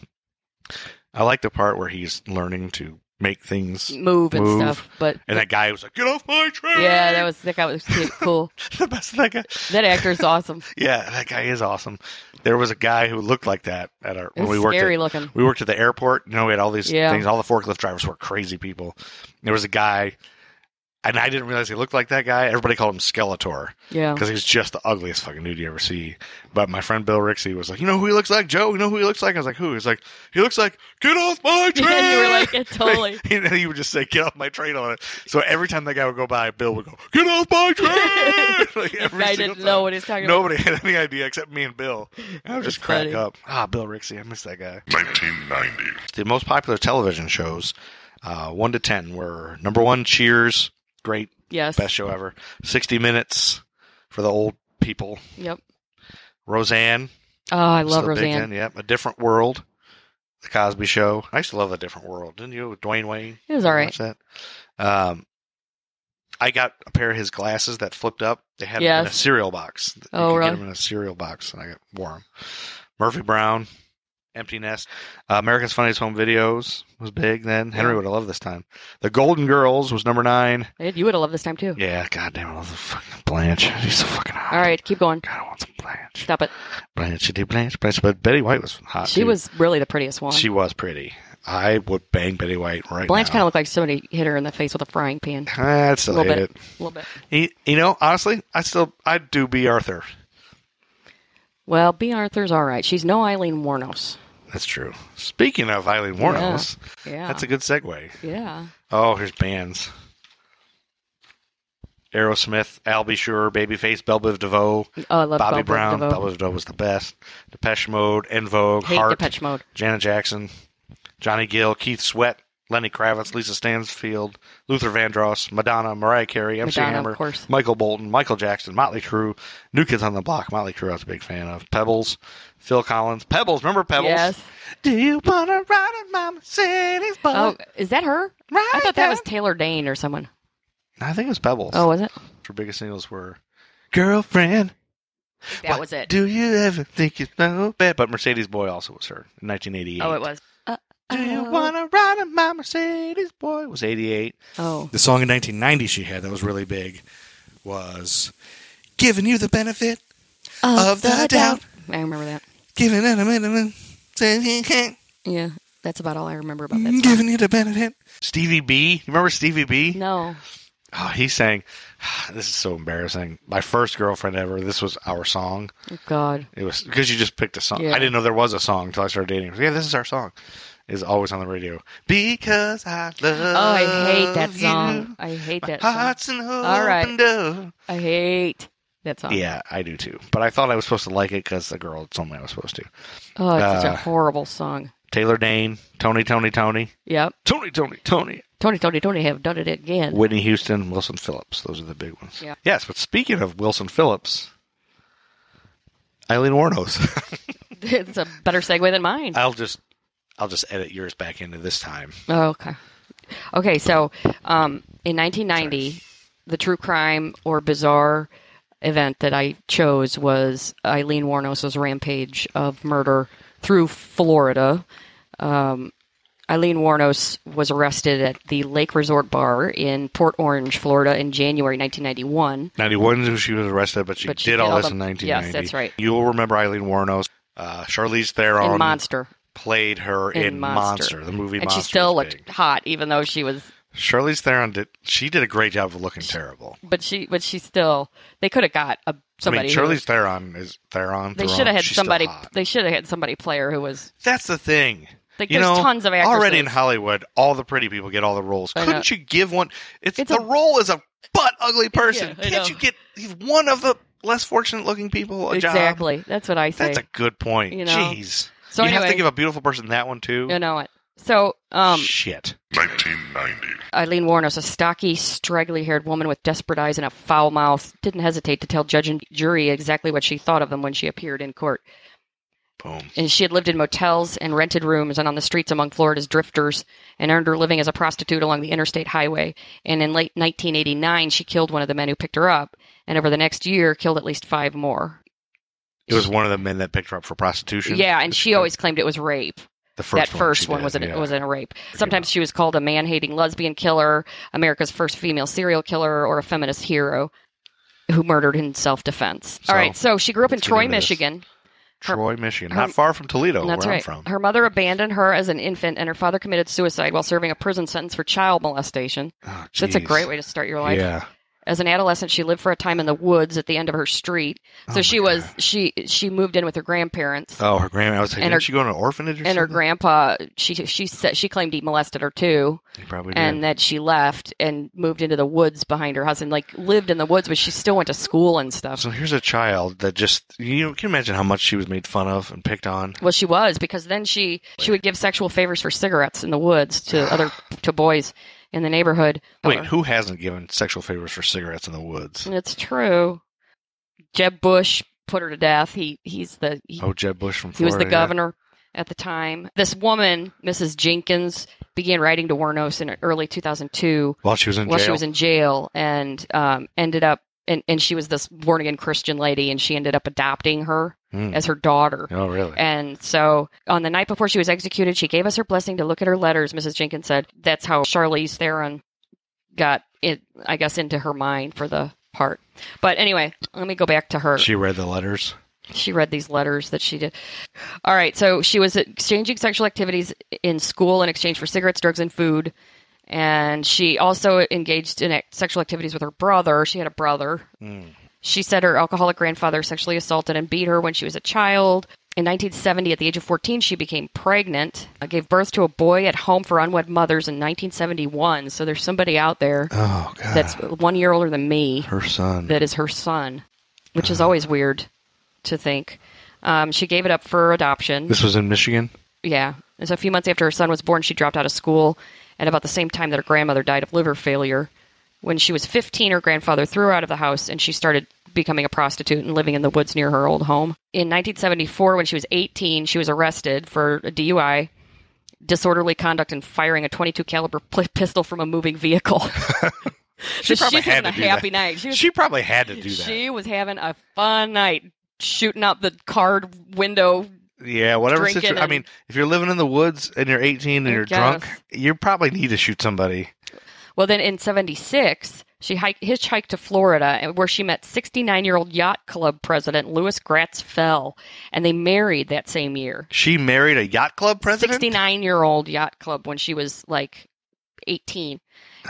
S4: I like the part where he's learning to make things.
S3: move and
S4: Move.
S3: stuff. But
S4: And that guy was like, "Get off my train!"
S3: yeah, that was that guy was
S4: <laughs>
S3: cute, cool.
S4: <laughs> the best that guy.
S3: That actor's awesome.
S4: Yeah, that guy is awesome. There was a guy who looked like that at our
S3: It
S4: when
S3: was
S4: we worked.
S3: scary
S4: at,
S3: looking.
S4: we worked at the airport. You know, we had all these
S3: Yeah.
S4: things. All the forklift drivers were crazy people. There was a guy, and I didn't realize he looked like that guy. Everybody called him Skeletor
S3: Yeah,
S4: because he was just the ugliest fucking dude you ever see. But my friend Bill Rixey was like, "You know who he looks like, Joe? You know who he looks like?" I was like, "Who?" He's like, "He looks like get off my
S3: <laughs>
S4: train."
S3: yeah <laughs> you were like yeah,
S4: <laughs>
S3: totally.
S4: and then he would just say, "Get off my train!" on it. So every time that guy would go by, Bill would go, "Get off
S3: <laughs>
S4: my train!" <laughs> Like, every
S3: I
S4: single
S3: didn't know
S4: time.
S3: what he's talking
S4: Nobody had any idea except me
S3: <laughs>
S4: and Bill. I would
S3: That's
S4: just crack
S3: funny.
S4: up. Ah, Bill Rixey, I miss that guy.
S5: 1990.
S4: The most popular television shows, uh, one to ten, were number one Cheers, great,
S3: about. Yes.
S4: best show ever. Sixty Minutes for the old people.
S3: Yep.
S4: Roseanne,
S3: Oh, I love
S4: still big
S3: Roseanne.
S4: then, Yep. A Different World, The Cosby Show. I used to love A Different World, didn't you? With Dwayne Wayne.
S3: It was all right.
S4: Watch that. Um, I got a pair of his glasses that flipped up. They had them in a
S3: Yes.
S4: cereal box. You
S3: Oh,
S4: could
S3: really?
S4: Get them in a cereal box, and I got wore 'em. Murphy Brown, Empty Nest, uh, America's Funniest Home Videos was big then. Henry would have loved this time. The Golden Girls was number nine.
S3: Hey, You would have loved this time too.
S4: Yeah, goddamn, I love the fucking Blanche. She's so fucking hot.
S3: All right, keep going.
S4: God, I want some Blanche.
S3: Stop it.
S4: Blanche, did Blanche, Blanche. But Betty White was hot.
S3: She
S4: too.
S3: was really the prettiest one.
S4: She was pretty. I would bang Betty White right
S3: Blanche
S4: now.
S3: kind of looked like somebody hit her in the face with a frying pan. A
S4: I still
S3: little
S4: hate
S3: bit.
S4: it.
S3: A little bit.
S4: You, you know, honestly, I still I do be Arthur.
S3: Well, B. Arthur's all right. She's no Eileen Warnos.
S4: That's true. Speaking of Eileen Warnos,
S3: Yeah.
S4: that's a good segue.
S3: yeah.
S4: Oh, here's bands. Aerosmith, Albie Sure, Babyface, Belle Biv DeVoe,
S3: Oh, I love
S4: Bobby
S3: Bob
S4: Brown.
S3: DeVoe.
S4: Belle Biv DeVoe was the best. Depeche Mode, En Vogue,
S3: Hate
S4: Heart,
S3: Depeche Mode.
S4: Janet Jackson, Johnny Gill, Keith Sweat, Lenny Kravitz, Lisa Stansfield, Luther Vandross, Madonna, Mariah Carey, MC
S3: Madonna, of
S4: Hammer,
S3: course.
S4: Michael Bolton, Michael Jackson, Motley Crue, New Kids on the Block. Motley Crue, I was a big fan of. Pebbles, Phil Collins, Pebbles. Remember Pebbles?
S3: Yes.
S4: Do you wanna ride in my Mercedes? Boy?
S3: Oh, is that her?
S4: Right
S3: I thought that was
S4: down-
S3: Taylor Dane or someone.
S4: I think it was Pebbles.
S3: Oh, was it?
S4: her biggest singles were "Girlfriend."
S3: That
S4: What
S3: was it.
S4: Do you ever think it's so bad? But Mercedes Boy also was her in 1988.
S3: Oh, it was. Uh,
S4: Do you
S3: oh.
S4: wanna ride in my Mercedes Boy? was 88.
S3: Oh,
S2: The song in 1990 she had that was really big was "Giving You the Benefit of the Doubt,
S3: I remember that.
S2: Giving It a Minimum, Saying You Can't,
S3: Yeah, that's about all I remember about that. Song.
S2: Giving You the Benefit."
S4: Stevie B. You remember Stevie B?
S3: No,
S4: Oh, he sang. <sighs> This is so embarrassing. My first girlfriend ever. This was our song.
S3: oh, God,
S4: It was because you just picked a song.
S3: Yeah.
S4: I didn't know there was a song until I started dating. Yeah, this is our song. Is always on the radio because I love.
S3: oh, I hate that
S4: you.
S3: song. I hate
S4: My
S3: that song.
S4: heart's an open
S3: All right.
S4: door.
S3: I hate that song.
S4: Yeah, I do too. But I thought I was supposed to like it because the girl told me I was supposed to.
S3: Oh, it's such
S4: Uh,
S3: a horrible song.
S4: Taylor Dane, Tony, Tony, Tony,
S3: Yep.
S4: Tony, Tony, Tony.
S3: Tony, Tony, Tony have done it again. <laughs>
S4: Whitney Houston, Wilson Phillips. Those are the big ones.
S3: Yeah.
S4: Yes, but speaking of Wilson Phillips, Eileen Warnos. <laughs>
S3: it's a better segue than mine.
S4: I'll just I'll just edit yours back into this time.
S3: Oh, okay. Okay, so um, in 1990, the true crime or bizarre event that I chose was Eileen Warnos's rampage of murder through Florida. Um, Eileen Warnos was arrested at the Lake Resort Bar in Port Orange, Florida, in January 1991.
S4: Ninety one is when she was arrested, but she,
S3: But she
S4: did,
S3: did
S4: all
S3: all
S4: this
S3: the-
S4: in nineteen ninety.
S3: Yes, that's right.
S4: You'll remember Eileen Warnos. Uh, Charlize Theron
S3: in Monster,
S4: played her in,
S3: In
S4: Monster.
S3: Monster.
S4: the movie
S3: and
S4: Monster.
S3: she still
S4: was
S3: looked
S4: big.
S3: hot, even though she was.
S4: Charlize Theron did. She did a great job of looking terrible.
S3: But she, but she still. They could have got a somebody.
S4: I mean,
S3: who-
S4: Charlize Theron is Theron.
S3: they
S4: Theron,
S3: should have had
S4: she's still
S3: somebody.
S4: hot.
S3: They should have had somebody play her who was
S4: That's the thing.
S3: Like,
S4: you
S3: there's
S4: know,
S3: tons of actors.
S4: Already in Hollywood, all the pretty people get all the roles.
S3: I know.
S4: Couldn't you give one? It's,
S3: It's
S4: the
S3: a-
S4: role is a butt
S3: <laughs>
S4: ugly
S3: I
S4: person.
S3: know.
S4: Can't you get one of the less fortunate looking people a job?
S3: exactly. That's what I say.
S4: That's a good point.
S3: You know?
S4: Jeez,
S3: so
S4: you
S3: anyway,
S4: have to give a beautiful person that one too.
S3: you know what? So um,
S4: Shit.
S5: 1990.
S3: Eileen Warnos, a stocky, straggly-haired woman with desperate eyes and a foul mouth, didn't hesitate to tell judge and jury exactly what she thought of them when she appeared in court.
S4: Boom.
S3: And she had lived in motels and rented rooms and on the streets among Florida's drifters and earned her living as a prostitute along the interstate highway. And in late 1989, she killed one of the men who picked her up, and over the next year, killed at least five more.
S4: It was one of the men that picked her up for prostitution.
S3: Yeah, and she always claimed it was rape.
S4: The first
S3: that first
S4: she
S3: one
S4: did,
S3: was an,
S4: yeah.
S3: was in a rape. Sometimes she was called a man hating lesbian killer, America's first female serial killer, or a feminist hero who murdered in self defense.
S4: So,
S3: All right, so she grew up in
S4: let's get
S3: Troy,
S4: into this.
S3: Michigan. her-
S4: Troy, Michigan,
S3: her-
S4: not far from Toledo,
S3: That's
S4: where
S3: right.
S4: I'm from.
S3: Her mother abandoned her as an infant, and her father committed suicide while serving a prison sentence for child molestation.
S4: Oh,
S3: So That's a
S4: jeez.
S3: great way to start your life.
S4: Yeah.
S3: As an adolescent, she lived for a time in the woods at the end of her street. So
S4: Oh,
S3: she
S4: my
S3: was
S4: God.
S3: she she moved in with her grandparents.
S4: Oh, her grandma. I was like,
S3: And
S4: didn't
S3: her-
S4: she go to an orphanage or
S3: and her
S4: something?
S3: grandpa, she she said she claimed he molested her too,
S4: He probably did.
S3: and that she left and moved into the woods behind her house and like lived in the woods, but she still went to school and stuff.
S4: so here's a child that just you know, can you imagine how much she was made fun of and picked on.
S3: Well, she was because then she she would give sexual favors for cigarettes in the woods
S4: <sighs>
S3: to other to boys in the neighborhood. Uh,
S4: Wait, who hasn't given sexual favors for cigarettes in the woods?
S3: It's true. Jeb Bush put her to death. He he's the he,
S4: Oh, Jeb Bush from
S3: Mm-hmm. he was
S4: Florida.
S3: the
S4: yeah.
S3: governor at the time. This woman, Mrs. Jenkins, began writing to Warnos in early 2002
S4: While she was in
S3: while
S4: jail.
S3: she was in jail and um, ended up and, and she was this born again Christian lady and she ended up adopting her
S4: Hmm.
S3: as her daughter.
S4: Oh, really?
S3: And so on the night before she was executed, she gave us her blessing to look at her letters. Mrs. Jenkins said that's how Charlize Theron got it, I guess, into her mind for the part. But anyway, let me go back to her
S4: She read the letters.
S3: she read these letters that she did. All right, so she was exchanging sexual activities in school in exchange for cigarettes, drugs, and food. And she also engaged in ac- sexual activities with her brother. She had a brother.
S4: Mm.
S3: She said her alcoholic grandfather sexually assaulted and beat her when she was a child. In 1970, at the age of 14, she became pregnant, uh, gave birth to a boy at home for unwed mothers in 1971. So there's somebody out there
S4: Oh God,
S3: that's one year older than me
S4: her son.
S3: that is her son, which
S4: Uh-huh.
S3: is always weird to think. Um, she gave it up for adoption.
S4: this was in Michigan.
S3: Yeah. And so a few months after her son was born, she dropped out of school at about the same time that her grandmother died of liver failure. When she was 15, her grandfather threw her out of the house and she started becoming a prostitute and living in the woods near her old home. In 1974, when she was 18, she was arrested for a DUI, disorderly conduct, and firing a 22 caliber pl- <laughs> pistol from a moving vehicle.
S4: <laughs>
S3: <laughs>
S4: She
S3: So
S4: probably
S3: was
S4: had
S3: having
S4: to
S3: a
S4: do
S3: happy
S4: that.
S3: night. She was
S4: She probably had to do that.
S3: she was having a fun night shooting out the car window.
S4: yeah, whatever
S3: drinking
S4: situation. I
S3: and-
S4: mean, if you're living in the woods and you're 18 and
S3: I
S4: you're drunk,
S3: guess.
S4: you probably need to shoot somebody.
S3: Well, then in 76, she hiked, hitchhiked to Florida, and- where she met 69 year old yacht club president Louis Gratz Fell, and they married that same year.
S4: She married a yacht club president.
S3: 69 year old yacht club when she was like 18.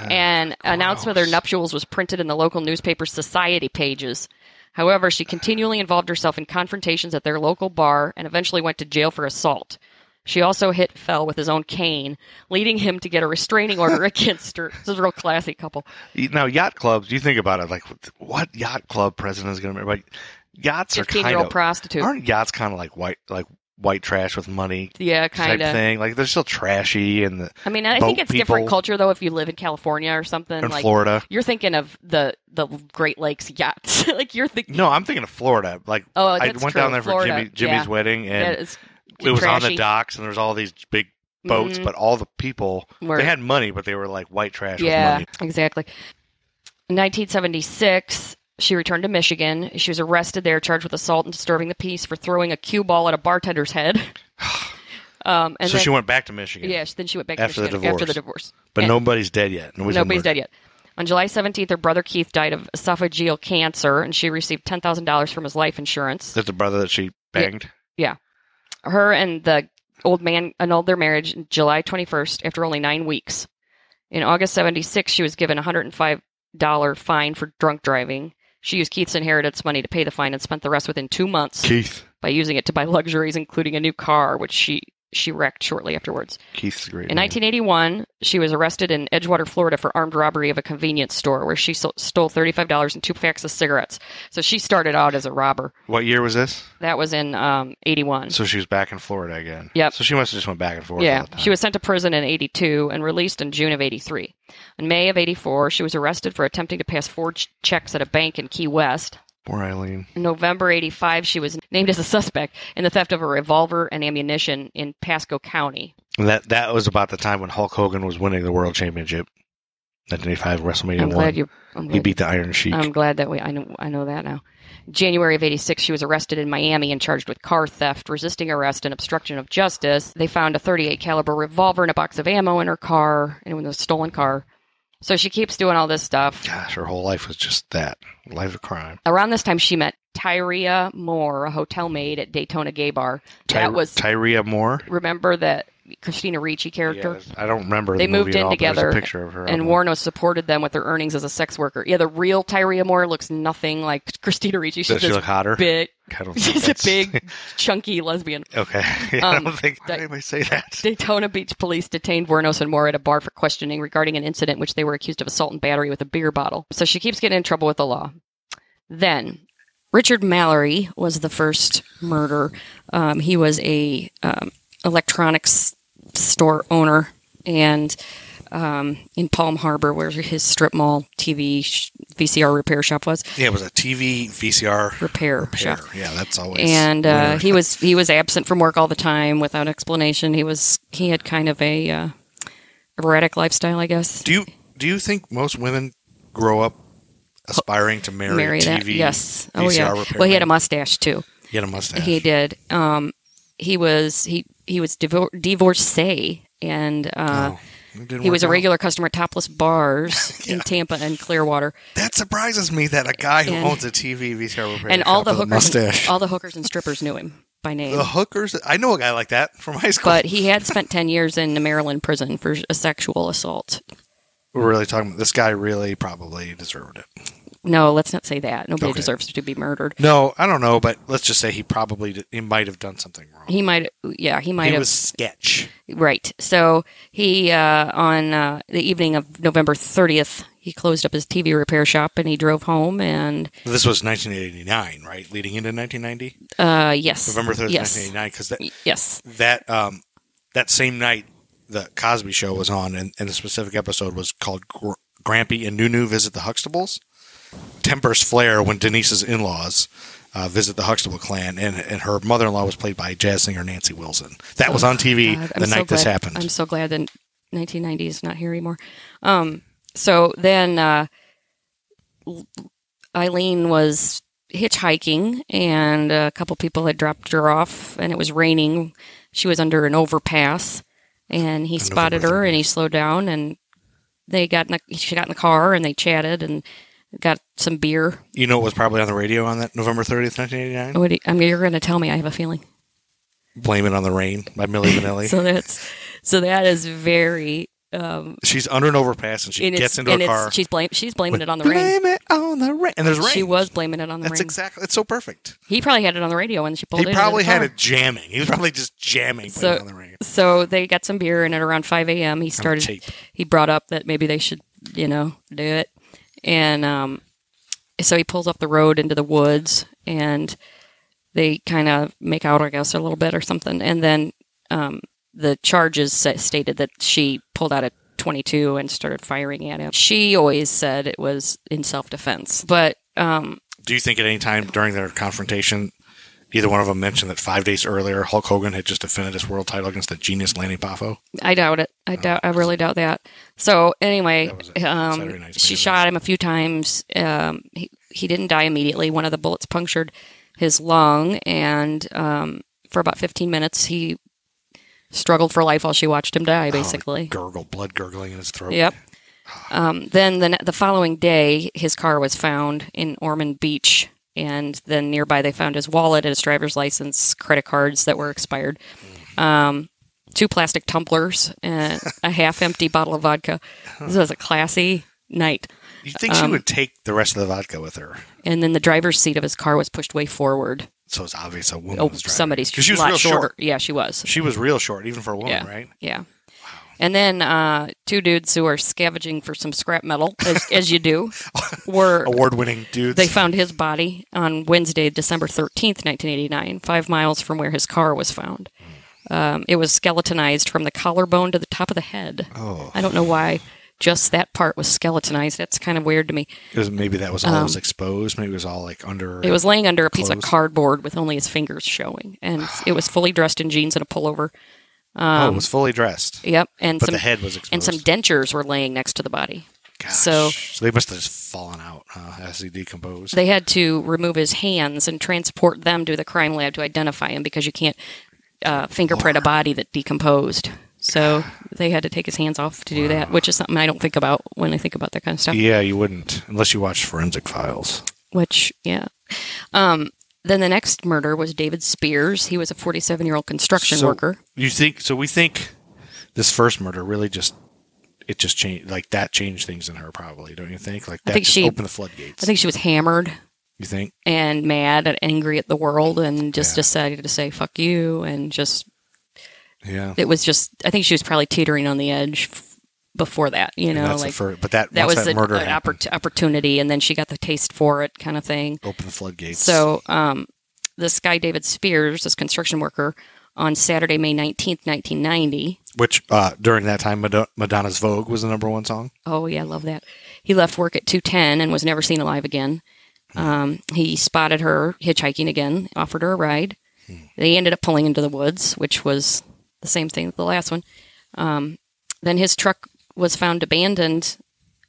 S4: Oh,
S3: and announcement of
S4: gross.
S3: their nuptials was printed in the local newspaper's society pages. However,
S4: <sighs>
S3: she continually involved herself in confrontations at their local bar and eventually went to jail for assault. She also hit Fell with his own cane, leading him to get a restraining
S4: <laughs>
S3: order against her. This is a real classy couple.
S4: You- Now, yacht clubs. You think about it, like what yacht club president is going to marry? Like, yachts are kind
S3: Fifteen-year-old
S4: of
S3: prostitute.
S4: aren't yachts kind of like white like white trash with money
S3: yeah,
S4: type
S3: kind of.
S4: thing? Like they're still trashy and the,
S3: I mean, I think
S4: Boat
S3: it's different
S4: people.
S3: culture though. If you live in California or something,
S4: in
S3: like
S4: Florida.
S3: you're thinking of the the Great Lakes yachts. <laughs> like you're thinking.
S4: No, I'm thinking of Florida. Like
S3: Oh,
S4: I
S3: that's
S4: went
S3: true.
S4: down there for
S3: Florida.
S4: Jimmy, Jimmy's
S3: yeah.
S4: wedding, and
S3: Yeah, it's
S4: it was on
S3: trashy.
S4: the docks, and there was all these big boats,
S3: Mhm.
S4: but all the people
S3: Were-
S4: they had money, but they were like white trash
S3: yeah,
S4: with money.
S3: exactly. In 1976, she returned to Michigan. She was arrested there, charged with assault and disturbing the peace for throwing a cue ball at a bartender's
S4: <sighs>
S3: head. um, and
S4: so
S3: then,
S4: she went back to Michigan.
S3: yeah, then she went back to
S4: After the
S3: Michigan after the divorce.
S4: but
S3: and-
S4: nobody's dead yet. Nobody's, been
S3: Nobody's
S4: murdered.
S3: dead yet. On July 17th, her brother Keith died of esophageal cancer, and she received $10,000 from his life insurance.
S4: That's the brother that she banged.
S3: her and the old man annulled their marriage in July 21st after only nine weeks. In August 76, she was given a $105 fine for drunk driving. She used Keith's inheritance money to pay the fine and spent the rest within two months
S4: Keith.
S3: by using it to buy luxuries, including a new car, which she, she wrecked shortly afterwards.
S4: Keith's a great.
S3: In
S4: name.
S3: 1981, she was arrested in Edgewater, Florida for armed robbery of a convenience store where she so- stole $35 and two packs of cigarettes. So she started out as a robber.
S4: what year was this?
S3: That was in um, 81.
S4: So she was back in Florida again.
S3: Yep.
S4: So she must have just went back and forth. all
S3: Yeah,
S4: the time.
S3: she was sent to prison in 82 and released in June of 83. In May of 84, she was arrested for attempting to pass forged checks at a bank in Key West.
S4: Poor Eileen.
S3: In November 85, she was named as a suspect in the theft of a revolver and ammunition in Pasco County.
S4: And That that was about the time when Hulk Hogan was winning the world championship. 1985 WrestleMania
S3: I'm
S4: one.
S3: glad you. Um, I'm glad
S4: he beat the Iron Sheik.
S3: I'm glad that we. I know. I know that now. January of '86, she was arrested in Miami and charged with car theft, resisting arrest, and obstruction of justice. They found a 38 caliber revolver and a box of ammo in her car, and in the stolen car. So she keeps doing all this stuff.
S4: Gosh, her whole life was just that life of crime.
S3: Around this time, she met Tyria Moore, a hotel maid at Daytona Gay Bar. that was
S4: Tyria Moore.
S3: remember that Christina Ricci character.
S4: Yeah, I don't remember.
S3: They
S4: the
S3: moved
S4: movie at
S3: in
S4: all, but there's
S3: together
S4: A picture of her
S3: and
S4: online.
S3: Warno supported them with their earnings as a sex worker. Yeah, the real Tyria Moore looks nothing like <laughs> Christina Ricci. She's
S4: Does she
S3: this
S4: look hotter?
S3: big, <laughs>
S4: I don't think
S3: she's a
S4: that's-
S3: big, chunky lesbian.
S4: <laughs> Okay, <laughs> Yeah, I
S3: Um,
S4: don't think. Why
S3: that-
S4: did anybody say that?
S3: Daytona Beach police detained Wernos and Moore at a bar for questioning regarding an incident in which they were accused of assault and battery with a beer bottle. So she keeps getting in trouble with the law. Then, Richard Mallory was the first murder. Um, he was a um, electronics store owner and um, in Palm Harbor, where his strip mall TV sh- VCR repair shop was,
S2: Yeah, it was a
S4: E,
S2: TV VCR
S3: repair,
S2: pair.
S3: shop
S2: Yeah, that's always.
S3: and uh,
S2: weird.
S3: he was he was absent from work all the time without explanation. He was he had kind of a uh, erratic lifestyle, I guess.
S2: do you do you think most women grow up aspiring to marry,
S3: Marry
S2: TV?
S3: that, yes. Oh
S2: VCR
S3: yeah.
S2: repairman?
S3: Well, he had a mustache too.
S2: He had a mustache.
S3: He did. Um, he was he he was divor- divorcee, and uh,
S2: Oh, it didn't
S3: he
S2: work
S3: was a
S2: out.
S3: regular customer at
S2: <laughs>
S3: Topless Bars in Tampa and Clearwater.
S2: That surprises me that a guy who
S3: And-
S2: owns a TV VCR repair
S3: and
S2: shop
S3: all the
S2: with a
S3: hookers,
S2: mustache.
S3: all the hookers and strippers knew him by
S2: <laughs>
S3: name.
S2: the hookers. I know a guy like that from high school.
S3: but he had spent ten years in the Maryland prison for a sexual assault.
S2: We're really talking. This guy really probably deserved it.
S3: No, let's not say that. Nobody
S2: Okay.
S3: deserves to be murdered.
S2: No, I don't know, but let's just say he probably did, he might have done something wrong.
S3: He might, yeah, he might
S2: He
S3: have.
S2: was sketch.
S3: Right. So he, uh, on uh, the evening of November 30th, he closed up his TV repair shop and he drove home. And
S2: This was 1989, right? Leading into 1990,
S3: uh, yes,
S2: November 3rd,
S3: yes,
S2: 1989, because that
S3: yes,
S2: that um that same night the Cosby Show was on, and, and the specific episode was called Gr- "Grampy and Nunu Visit the Huxtables." Tempers flare when Denise's in-laws uh, visit the Huxtable clan, and and her mother-in-law was played by jazz singer Nancy Wilson. That was on TV
S3: Oh God,
S2: the night this
S3: glad,
S2: happened.
S3: I'm so glad that 1990 is not here anymore. Um, so then uh, L- Eileen was hitchhiking, and a couple people had dropped her off, and it was raining. She was under an overpass, and he spotted her, and he slowed down, and they got in the, she got in the car, and they chatted, and got some beer.
S2: you know, it was probably on the radio on that November thirtieth, nineteen eighty-nine.
S3: What do you, I mean, you're going to tell me? I have a feeling.
S2: "Blame It on the Rain" by Millie Vanilli.
S3: <laughs> So that's so that is very
S2: She's under an overpass and she
S3: and
S2: gets
S3: it's,
S2: into
S3: and
S2: a
S3: it's-
S2: car.
S3: she's blame she's blaming it on the rain.
S2: Blame it on the rain, and there's rain.
S3: She was blaming it on the
S2: That's
S3: rain.
S2: exactly. It's so perfect.
S3: he probably had it on the radio when she pulled it.
S2: He
S3: into
S2: probably
S3: the
S2: had
S3: car.
S2: it jamming. He was probably just jamming
S3: So-
S2: playing it on the radio.
S3: So they got some beer, and at around five a.m., he started.
S2: tape.
S3: He brought up that maybe they should, you know, do it, and um, so he pulls up the road into the woods, and they kind of make out, I guess, a little bit or something, and then um, the charges sa- stated that she pulled out a 22 and started firing at him. She always said it was in self defense, but um,
S2: Do you think at any time during their confrontation, either one of them mentioned that five days earlier Hulk Hogan had just defended his world title against the genius Lanny Poffo?
S3: I doubt it. I doubt. I really doubt that. So anyway,
S2: was it. Saturday
S3: um,
S2: night's
S3: she
S2: main
S3: shot him a few times. Um, he he didn't die immediately. One of the bullets punctured his lung, and um, for about 15 minutes, he struggled for life while she watched him
S2: Oh,
S3: die. Basically,
S2: Gurgle, blood gurgling in his throat.
S3: Yep. Um, then the, ne- the following day, his car was found in Ormond Beach. And then nearby, they found his wallet and his driver's license, credit cards that were expired, um, two plastic tumblers, and a half empty bottle of vodka. This was a classy night.
S2: You think
S3: Um,
S2: she would take the rest of the vodka with her?
S3: And then the driver's seat of his car was pushed way forward.
S2: So it's obvious a woman
S3: Oh,
S2: was driving.
S3: somebody's
S2: 'Cause she was
S3: a lot
S2: real
S3: shorter.
S2: short.
S3: Yeah, she was.
S2: She was real short, even for a woman,
S3: Yeah.
S2: right?
S3: Yeah. And then uh, two dudes who are scavenging for some scrap metal, as, as you do,
S2: <laughs>
S3: were
S2: Award-winning dudes.
S3: They found his body on Wednesday, December 13th, 1989, five miles from where his car was found. Um, it was skeletonized from the collarbone to the top of the head. Oh. I don't know why just that part was skeletonized. That's kind of weird to me.
S2: It was- maybe that was all that was exposed. Maybe it was all like under.
S3: Um, It was laying under a piece of
S2: Clothes.
S3: cardboard with only his fingers showing, and it was fully dressed in jeans and a pullover.
S2: oh, it was fully dressed,
S3: Yep, um, and
S2: but
S3: some
S2: the head was exposed.
S3: and some dentures were laying next to the body.
S4: Gosh.
S3: So-
S4: they must have just fallen out uh, as he decomposed.
S3: They had to remove his hands and transport them to the crime lab to identify him because you can't uh, fingerprint a body that decomposed. So they had to take his hands off to do that, which is something I don't think about when I think about that kind of stuff.
S4: yeah, you wouldn't unless you watched Forensic Files.
S3: Which, yeah. Um, then the next murder was David Spears. He was a 47 year old construction
S4: So-
S3: worker.
S4: You think so? We think this first murder really just it just changed like that changed things in her probably don't you think like that
S3: think
S4: just
S3: she-
S4: opened the floodgates
S3: I think she was hammered
S4: you think
S3: and mad and angry at the world and just
S4: Yeah.
S3: decided to say fuck you and just
S4: yeah
S3: it was just i think she was probably teetering on the edge f- before that you
S4: And
S3: know
S4: that's
S3: like
S4: the first but that
S3: that
S4: once
S3: was
S4: that
S3: an,
S4: murder
S3: an
S4: happened,
S3: oppor- opportunity and then she got the taste for it kind of thing
S4: opened the floodgates
S3: so um, this guy david spears this construction worker on saturday may 19th 1990
S4: which uh during that time Mado- madonna's vogue was the number one song
S3: oh yeah i love that he left work at 210 and was never seen alive again
S4: Hmm.
S3: um, he spotted her hitchhiking again offered her a ride
S4: Hmm.
S3: they ended up pulling into the woods which was the same thing as the last one um, then his truck was found abandoned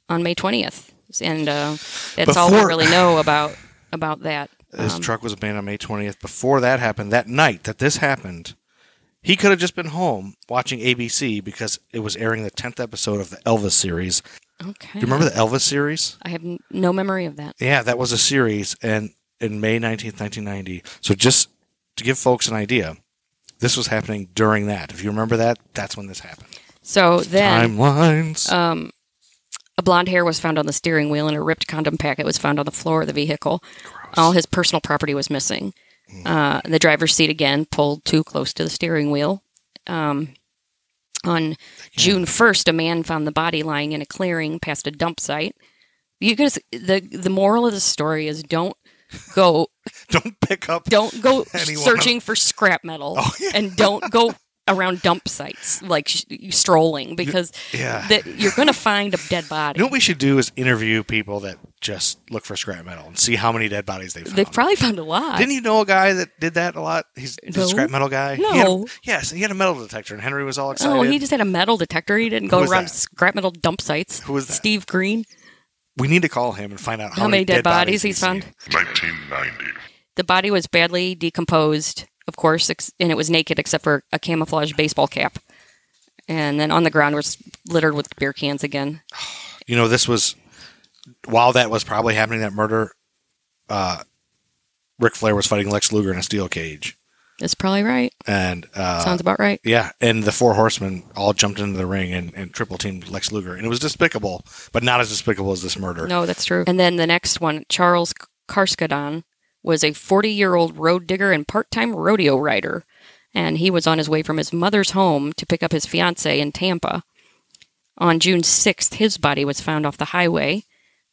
S3: on may 20th and uh, that's all we
S4: Before-
S3: really know about about that
S4: His
S3: Um,
S4: truck was abandoned on May 20th. Before that happened, that night that this happened, he could have just been home watching ABC because it was airing the 10th episode of the Elvis series.
S3: okay
S4: Do you remember the Elvis series?
S3: i have n- no memory of that
S4: Yeah, that was a series and in May 19th, 1990. So just to give folks an idea, this was happening during that. If you remember that, that's when this happened.
S3: so then
S4: Timelines.
S3: Um, a blonde hair was found on the steering wheel, and a ripped condom packet was found on the floor of the vehicle. All his personal property was missing.
S4: Hmm.
S3: Uh, the driver's seat again pulled too close to the steering wheel. Um, on June first, a man found the body lying in a clearing past a dump site. You guys, the the moral of the story is don't go
S4: <laughs> Don't pick up.
S3: don't go
S4: <laughs> Anyone. Oh,
S3: searching for scrap metal and don't
S4: <laughs>
S3: go around dump sites like sh- strolling because
S4: Yeah.
S3: that you're going to find a dead body.
S4: you know what we should do is interview people that just look for scrap metal and see how many dead bodies they found.
S3: They've probably found a lot.
S4: Didn't you know a guy that did that a lot? He's the
S3: No.
S4: scrap metal guy. He had a-
S3: No.
S4: yes, he had a metal detector, and Henry was all excited.
S3: Oh, he just had a metal detector. He didn't go
S4: Who is
S3: around
S4: that?
S3: scrap metal dump sites.
S4: Who is that? Oh,
S3: Steve Green.
S4: we need to call him and find out how,
S3: How, many dead, bodies, he's found?
S4: seen.
S5: 1990.
S3: The body was badly decomposed, of course, ex- and it was naked except for a camouflage baseball cap. And then on the ground was littered with beer cans again.
S4: You know, this was while that was probably happening. That murder, uh, Ric Flair was fighting Lex Luger in a steel cage,
S3: That's probably right.
S4: and uh,
S3: Sounds about right.
S4: yeah, and the four horsemen all jumped into the ring and, and triple teamed Lex Luger, and it was despicable, but not as despicable as this murder.
S3: No, that's true. And then the next one, Charles Karskadon, was a 40 year old road digger and part time rodeo rider. And he was on his way from his mother's home to pick up his fiancee in Tampa. On June 6th, his body was found off the highway.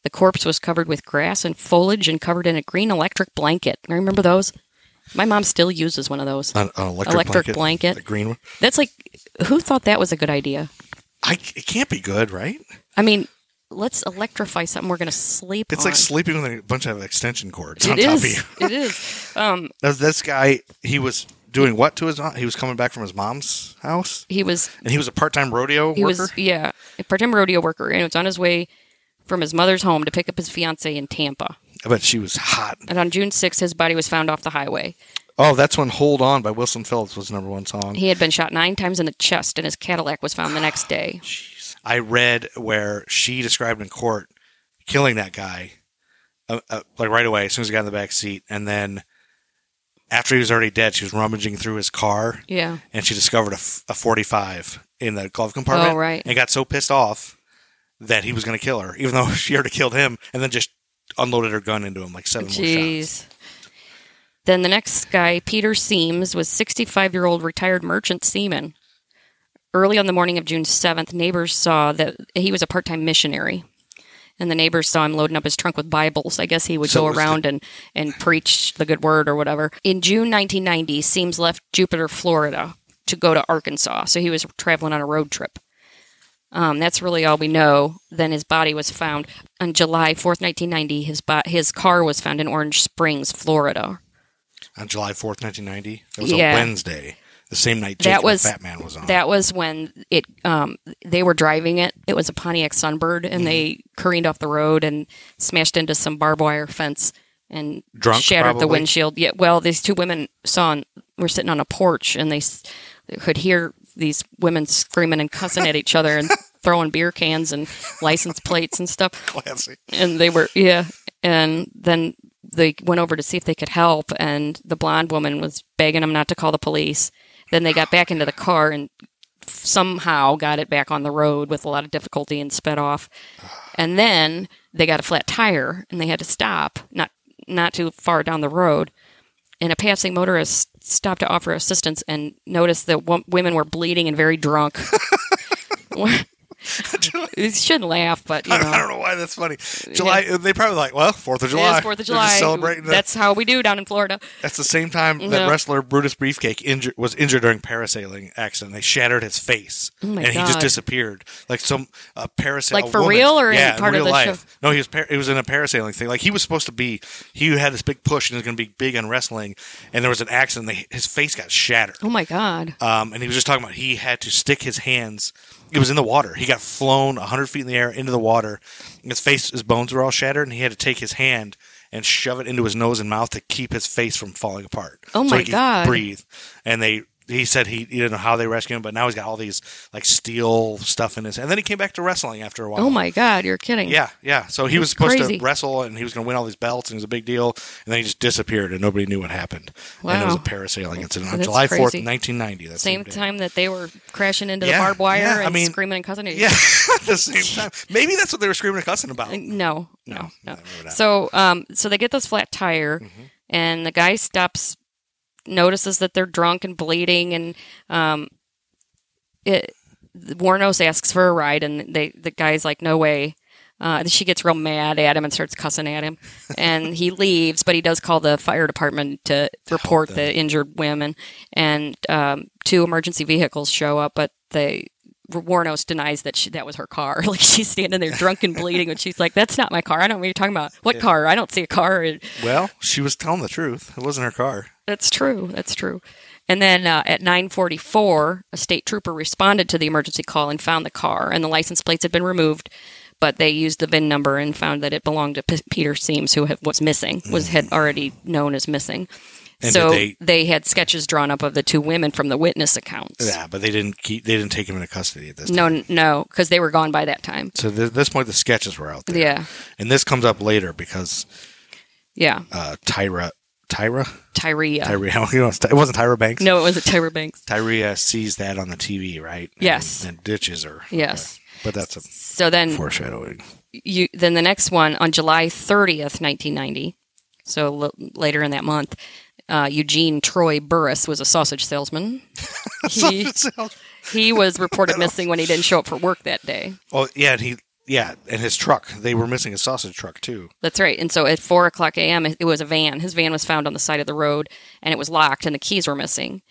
S3: The corpse was covered with grass and foliage and covered in a green electric blanket. Remember those? My mom still uses one of those.
S4: An, an electric,
S3: Electric
S4: blanket,
S3: blanket.
S4: the green one.
S3: That's like, who thought that was a good idea?
S4: I, it can't be good, right?
S3: I mean, let's electrify something we're going to sleep
S4: It's
S3: on.
S4: like sleeping with a bunch of extension cords on
S3: It
S4: top of
S3: is.
S4: you.
S3: It is. Um,
S4: Now, this guy, he was doing what to his mom? He was coming back from his mom's house,
S3: he was
S4: and he was a part-time rodeo
S3: he
S4: worker.
S3: was yeah a part-time rodeo worker and it was on his way from his mother's home to pick up his fiance in tampa
S4: I bet she was hot.
S3: and on june 6th his body was found off the highway
S4: Oh, that's when "Hold On" by Wilson Phillips was the number one song.
S3: he had been shot nine times in the chest and his cadillac was found the next day
S4: I read where she described in court killing that guy, uh, uh, like right away as soon as he got in the back seat, and then after he was already dead, she was rummaging through his car
S3: yeah
S4: and she discovered a, f- a 45 in the glove compartment
S3: Oh, right.
S4: and got so pissed off that he was going to kill her even though <laughs> she already killed him and then just unloaded her gun into him like seven more shots <laughs>
S3: jeez then the next guy peter seams was 65 year old retired merchant seaman early on the morning of june 7th neighbors saw that he was a part-time missionary and the neighbors saw him loading up his trunk with Bibles. I guess he would
S4: So it
S3: go
S4: was the-
S3: around and, and preach the good word or whatever. In June 1990, Seams left Jupiter, Florida to go to Arkansas. So he was traveling on a road trip. Um, that's really all we know. Then his body was found on July 4th, 1990. His, bo- his car was found in Orange Springs, Florida.
S4: on july 4th 1990 it was
S3: Yeah.
S4: a wednesday
S2: The same night
S3: That
S2: Jason
S3: was-
S2: Batman was on.
S3: That was when it um they were driving it. It was a Pontiac Sunbird and they careened off the road and smashed into some barbed wire fence and
S4: Drunk,
S3: shattered
S4: probably?
S3: the windshield. Yeah, well, these two women saw and were sitting on a porch and they s- could hear these women screaming and cussing at each other
S4: <laughs>
S3: and throwing beer cans and license plates and stuff
S2: Classy.
S3: and they were yeah and then they went over to see if they could help and the blonde woman was begging them not to call the police then they got back into the car and somehow got it back on the road with a lot of difficulty and sped off and then they got a flat tire and they had to stop not not too far down the road and a passing motorist stopped to offer assistance and noticed that wo- women were bleeding and very
S2: <laughs>
S3: drunk you shouldn't laugh but you
S2: I,
S3: know
S2: don't, I don't know why that's funny. July. They probably like well Fourth of July.
S3: it is Fourth of
S2: They're just
S3: July.
S2: celebrating the-
S3: That's how we do down in Florida.
S2: That's the same time that
S3: No.
S2: wrestler Brutus Beefcake injured, was injured during parasailing accident. They shattered his face,
S3: Oh my
S2: and he just
S3: God.
S2: disappeared. Like some a parasail.
S3: Like for
S2: woman-
S3: real or in
S2: yeah,
S3: part of
S2: real
S3: the
S2: life.
S3: show?
S2: No, he was par- it was in a parasailing thing. Like he was supposed to be. He had this big push and he was going to be big on wrestling, and there was an accident. They, his face got shattered.
S3: Oh my God.
S2: Um, and he was just talking about he had to stick his hands. It was in the water. He got flown 100 feet in the air into the water. His face, his bones were all shattered, and he had to take his hand and shove it into his nose and mouth to keep his face from falling apart. so
S3: Oh my
S2: he could
S3: God.
S2: Breathe. And they, he said he, he didn't know how they rescued him, but now he's got all these like steel stuff in his. And then he came back to wrestling after a while.
S3: Oh my God. You're kidding.
S2: Yeah, yeah. So he was supposed
S3: crazy.
S2: to wrestle, and he was going to win all these belts, and it was a big deal. And then he just disappeared, and nobody knew what happened. And it was a
S3: Wow.
S2: parasailing incident on
S3: That's
S2: July fourth,
S3: crazy.
S2: nineteen ninety. That
S3: Same
S2: day.
S3: time that they were crashing into
S2: Yeah,
S3: the barbed wire
S2: yeah, I
S3: and
S2: mean-
S3: screaming and cussing at each
S2: Yeah, <laughs> at the same time. Maybe that's what they were screaming and cussing about.
S3: Uh, No, no,
S2: No,
S3: no.
S2: that would happen.
S3: So, um, so they get this flat tire, and the guy stops, notices that they're drunk and bleeding, and um, it. Warnos asks for a ride, and they the guy's like, "No way." Uh, and she gets real mad at him and starts cussing at him, and he leaves. But he does call the fire department to report the injured women, and um, two emergency vehicles show up, but they Warnos denies that she, that was her car. <laughs> Like she's standing there drunk and bleeding, and she's like, "That's not my car. I don't know what you're talking about. What car? I don't see a car." And
S2: Well, she was telling the truth. It wasn't her car.
S3: that's true. That's true. And then uh, at 9:44, a state trooper responded to the emergency call and found the car, and the license plates had been removed, but they used the VIN number and found that it belonged to P- Peter Seams, who had, was missing, was had already known as missing.
S2: Mm-hmm. And
S3: so
S2: did
S3: they had sketches drawn up of the two women from the witness accounts.
S2: Yeah, but they didn't keep. They didn't take him into custody at this. time.
S3: No, n- no, because they were gone by that time.
S2: So th- at this point, the sketches were out there.
S3: Yeah,
S2: And this comes up later because
S3: yeah.
S2: uh, Tyra, Tyra, <laughs>
S3: Tyria.
S2: Tyra. you know, it's Ty- it wasn't Tyra Banks.
S3: No, it was a Tyra Banks.
S2: Tyria sees that on the TV, right? And-
S3: Yes.
S2: And, ditches her.
S3: Yes.
S2: But that's a
S3: So then
S4: <laughs>
S2: foreshadowing.
S3: you then the next one on July 30th, 1990. So l- later in that month, uh, Eugene Troy Burris was a sausage
S2: <laughs>
S3: salesman. He, he was reported missing when he didn't show up for work that day.
S2: Oh yeah, and he yeah, and his truck. They were missing a sausage truck too.
S3: That's right. And so at four o'clock a.m., it it was a van. His van was found on the side of the road, and it was locked, and the keys were missing.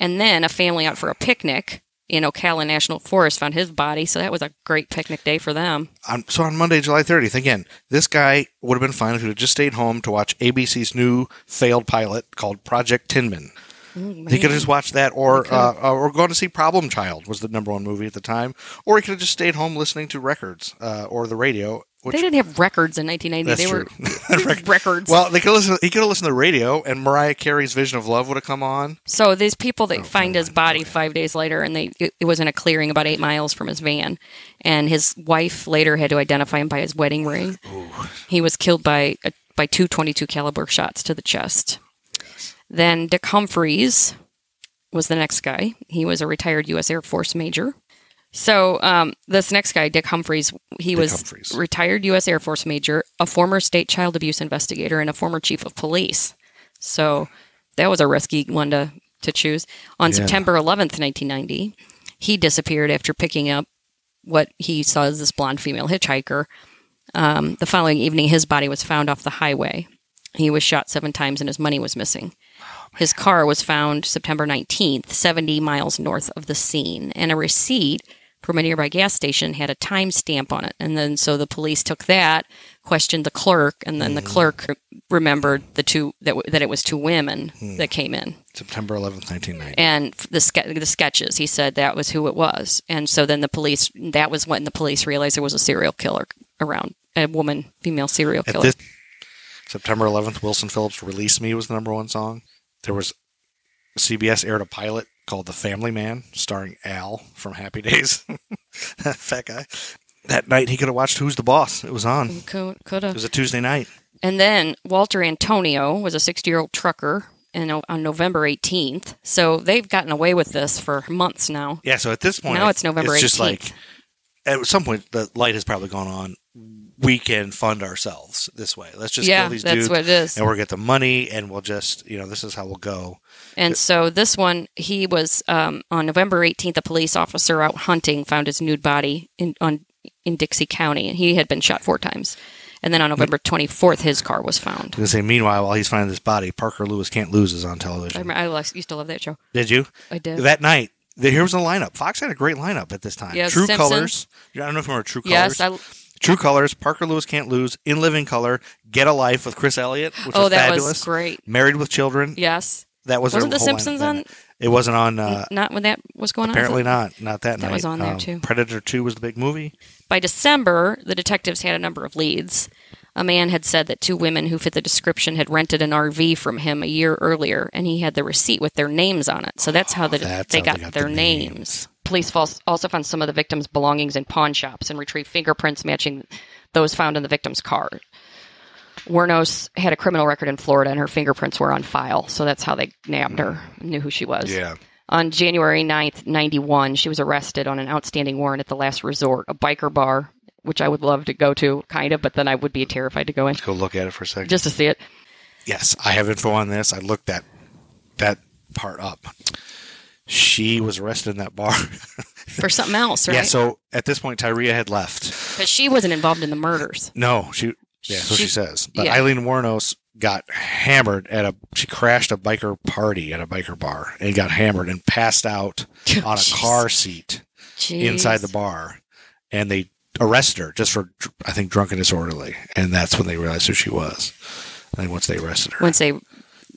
S3: And then a family out for a picnic in Ocala National Forest found his body. So that was a great picnic day for them.
S2: on, so on Monday, July 30th, again, this guy would have been fine if he would have just stayed home to watch ABC's new failed pilot called Project Tinman.
S3: Mm,
S2: He could have just watched that, or uh, uh, or gone to see Problem Child was the number one movie at the time, or he could have just stayed home listening to records uh, or the radio. Which
S3: They didn't have records in 1990.
S2: that's
S3: they
S2: true. <laughs>
S3: <laughs> were records.
S2: well, they could listen. He could have listened to the radio, and Mariah Carey's Vision of Love would have come on.
S3: So these people that find his body five days later, and they it, it was in a clearing about eight miles from his van, and his wife later had to identify him by his wedding ring. He was killed by a, by two 22 caliber shots to the chest. Then Dick Humphreys was the next guy. He was a retired U.S. Air Force major. So um, this next guy, Dick Humphreys, he was
S2: Humphreys.
S3: retired U.S. Air Force major, a former state child abuse investigator, and a former chief of police. So that was a risky one to, to choose. On September 11th, 1990, he disappeared after picking up what he saw as this blonde female hitchhiker. Um, the following evening, his body was found off the highway. He was shot seven times and his money was missing. His car was found September 19th, 70 miles north of the scene, and a receipt from a nearby gas station had a
S2: Hmm.
S3: timestamp on it. And then so the police took that, questioned the clerk, and then the clerk remembered the two that w- that it was two women
S2: Hmm.
S3: that came in
S2: September 11th, 1990.
S3: and f- the ske- the sketches. He said that was who it was, and so then the police that was when the police realized there was a serial killer around a woman, female serial
S2: At
S3: killer.
S2: this September 11th, Wilson Phillips' "Release Me" was the number one song. There was CBS aired a pilot called "The Family Man," starring Al from Happy Days. <laughs> that fat guy. That night, he could have watched "Who's the Boss." It was on. It
S3: Could, could have.
S2: was a Tuesday night.
S3: And then Walter Antonio was a 60 year old trucker and o- on November 18th. So they've gotten away with this for months now.
S2: Yeah. So at this point,
S3: Now it's November
S2: It's just
S3: 18th.
S2: like at some point, the light has probably gone on. We can fund ourselves this way. Let's just
S3: yeah,
S2: kill these
S3: that's
S2: dudes,
S3: what it is.
S2: and we'll get the money, and we'll just you know this is how we'll go.
S3: And so this one, he was um, on November 18th, a police officer out hunting found his nude body in, on, in Dixie County. And he had been shot four times. And then on November 24th, his car was found.
S2: I'm gonna say, meanwhile, while he's finding this body, Parker Lewis can't lose is on
S3: I,
S2: television.
S3: remember, I lo- used to love that show.
S2: Did you?
S3: I did.
S2: That night, the, here was the lineup. Fox had a great lineup at this time.
S3: Yes,
S2: True
S3: Simpsons.
S2: Colors. I don't know if you remember True Colors.
S3: yes. I,
S2: True Colors. Parker Lewis can't lose. In Living Color. Get a Life with Chris Elliott, which
S3: oh,
S2: was
S3: that
S2: fabulous.
S3: was great.
S2: Married with Children.
S3: Yes.
S2: That was their
S3: Wasn't The
S2: whole lineup
S3: Simpsons
S2: that
S3: on?
S2: night. It wasn't on. Uh,
S3: Not when that was going on.
S2: apparently not. Not that, night. Um,
S3: That was on there, too.
S2: Predator Two was the big movie.
S3: By December, the detectives had a number of leads. A man had said that two women who fit the description had rented an RV from him a year earlier, and he had the receipt with their names on it. So that's how the,
S2: That's
S3: they,
S2: how
S3: got
S2: they got
S3: their
S2: the
S3: names. Police fals- also found some of the victims' belongings in pawn shops and retrieved fingerprints matching those found in the victim's car. Wernos had a criminal record in Florida, and her fingerprints were on file. So that's how they nabbed her, knew who she was.
S4: Yeah.
S3: On January 9th, 91, she was arrested on an outstanding warrant at the last resort, a biker bar, which I would love to go to, kind of, but then I would be terrified to go in
S4: Go look at it for a second.
S3: just to see it.
S2: Yes, I have info on this. I looked that that part up. She was arrested in that bar. <laughs>
S3: For something else, right?
S2: Yeah. So at this point, Tyria had left.
S3: Because she wasn't involved in the murders.
S2: No, she. Yeah, so she
S3: She-
S2: says. But
S3: yeah.
S2: Eileen Warnos got hammered at a. She crashed a biker party at a biker bar and got hammered and passed
S3: <laughs>
S2: out on a
S3: Jeez.
S2: car seat
S3: Jeez.
S2: inside the bar, and they arrested her just for dr- I think drunk and disorderly, and that's when they realized who she was. I think once they arrested her,
S3: Once they,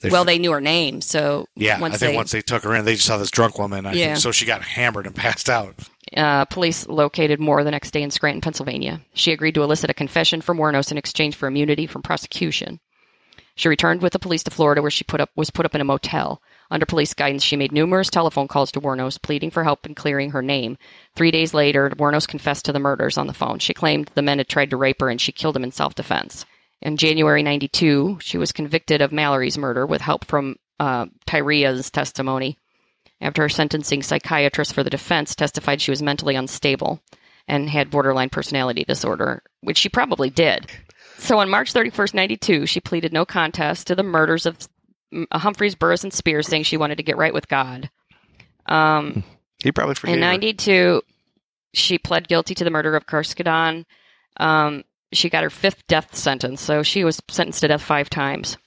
S2: They-
S3: well, they knew her name, so
S2: yeah,
S3: once
S2: I think
S3: they,
S2: once they took her in, they just saw this drunk woman. I
S3: Yeah.
S2: think, so she got hammered and <laughs> passed out.
S3: uh, police located Moore the next day in Scranton, Pennsylvania. She agreed to elicit a confession from Warnos in exchange for immunity from prosecution. She returned with the police to Florida, where she put up was put up in a motel. Under police guidance, she made numerous telephone calls to Warnos, pleading for help in clearing her name. Three days later, Warnos confessed to the murders on the phone. She claimed the men had tried to rape her, and she killed him in self-defense. In January '92, she was convicted of Mallory's murder with help from uh, Tyrea's testimony. After her sentencing, psychiatrists for the defense testified she was mentally unstable and had borderline personality disorder, which she probably did. So on March 31st, 92, she pleaded no contest to the murders of mm, Humphreys, Burris, and Spears, saying she wanted to get right with God. Um,
S4: he probably forgave
S3: in
S4: her.
S3: 92, she pled guilty to the murder of Karskadon. Um, she got her fifth death sentence, so she was sentenced to death five times.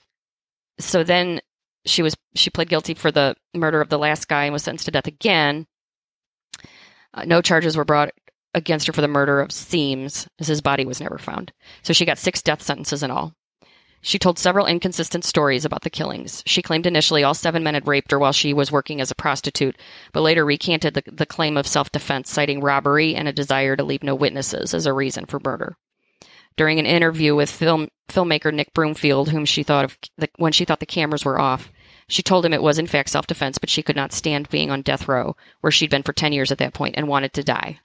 S3: So then she was she pled guilty for the murder of the last guy and was sentenced to death again. Uh, no charges were brought against her for the murder of Seams, as his body was never found. So she got six death sentences in all. She told several inconsistent stories about the killings. She claimed initially all seven men had raped her while she was working as a prostitute, but later recanted the, the claim of self defense, citing robbery and a desire to leave no witnesses as a reason for murder. During an interview with film filmmaker Nick Broomfield, whom she thought of the, when she thought the cameras were off, she told him it was in fact self defense, but she could not stand being on death row, where she'd been for ten years at that point, and wanted to die.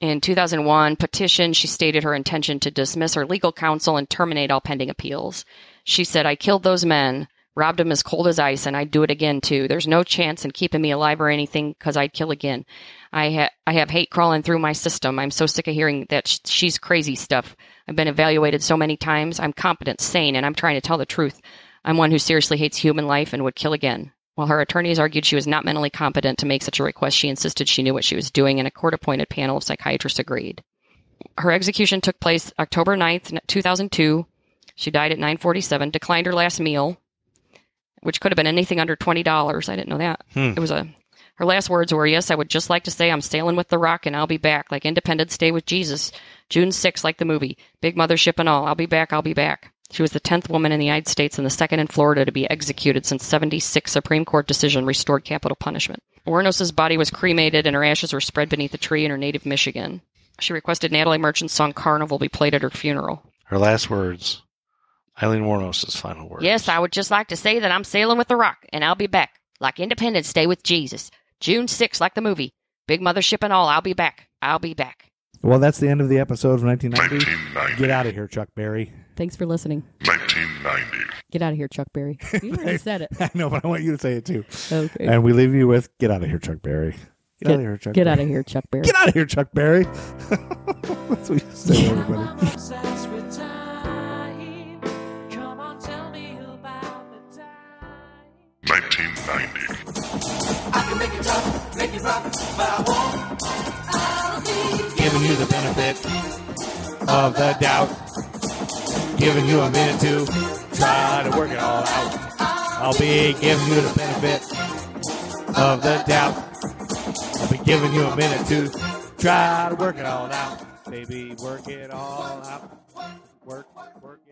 S3: In 2001 petition, she stated her intention to dismiss her legal counsel and terminate all pending appeals. She said, I killed those men, robbed them as cold as ice, and I'd do it again too. There's no chance in keeping me alive or anything because I'd kill again. I, ha- I have hate crawling through my system. I'm so sick of hearing that sh- she's crazy stuff. I've been evaluated so many times. I'm competent, sane, and I'm trying to tell the truth. I'm one who seriously hates human life and would kill again. While her attorneys argued she was not mentally competent to make such a request, she insisted she knew what she was doing, and a court appointed panel of psychiatrists agreed. Her execution took place October 9th, 2002. She died at 947, declined her last meal, which could have been anything under $20. I didn't know that. It was a her last words were, Yes, I would just like to say I'm sailing with the rock and I'll be back, like Independence Day with Jesus, June 6th, like the movie, Big Mother Ship and all. I'll be back, I'll be back. She was the 10th woman in the United States and the second in Florida to be executed since 76 Supreme Court decision restored capital punishment. Wernos's body was cremated and her ashes were spread beneath a tree in her native Michigan. She requested Natalie Merchant's song Carnival be played at her funeral.
S4: Her last words, Eileen Warnos's final words.
S3: Yes, I would just like to say that I'm sailing with the rock, and I'll be back, like Independence Day with Jesus. June 6th, like the movie. Big mother ship and all, I'll be back. I'll be back.
S7: Well, that's the end of the episode of 1990.
S5: 1990.
S7: Get out of here, Chuck Berry. <laughs>
S11: Thanks for listening.
S5: 1990.
S11: Get out of here, Chuck Berry. <laughs> You already said it.
S7: I know, but I want you to say it too.
S11: Okay.
S7: And we leave you with Get out of here, Chuck Berry. Get, out of here, Chuck
S11: Get
S7: Berry.
S11: out of here, Chuck Berry.
S7: Get out of here, Chuck Berry. <laughs> that's what you say, to everybody.
S1: Obsessed with time. Come on, tell me about the time.
S5: 1990.
S7: giving you the benefit of the doubt, giving you a minute to try to work it all out. I'll be giving you the benefit of the doubt. I'll be giving you a minute to try to work it all out. Baby, work it all out. Work, work it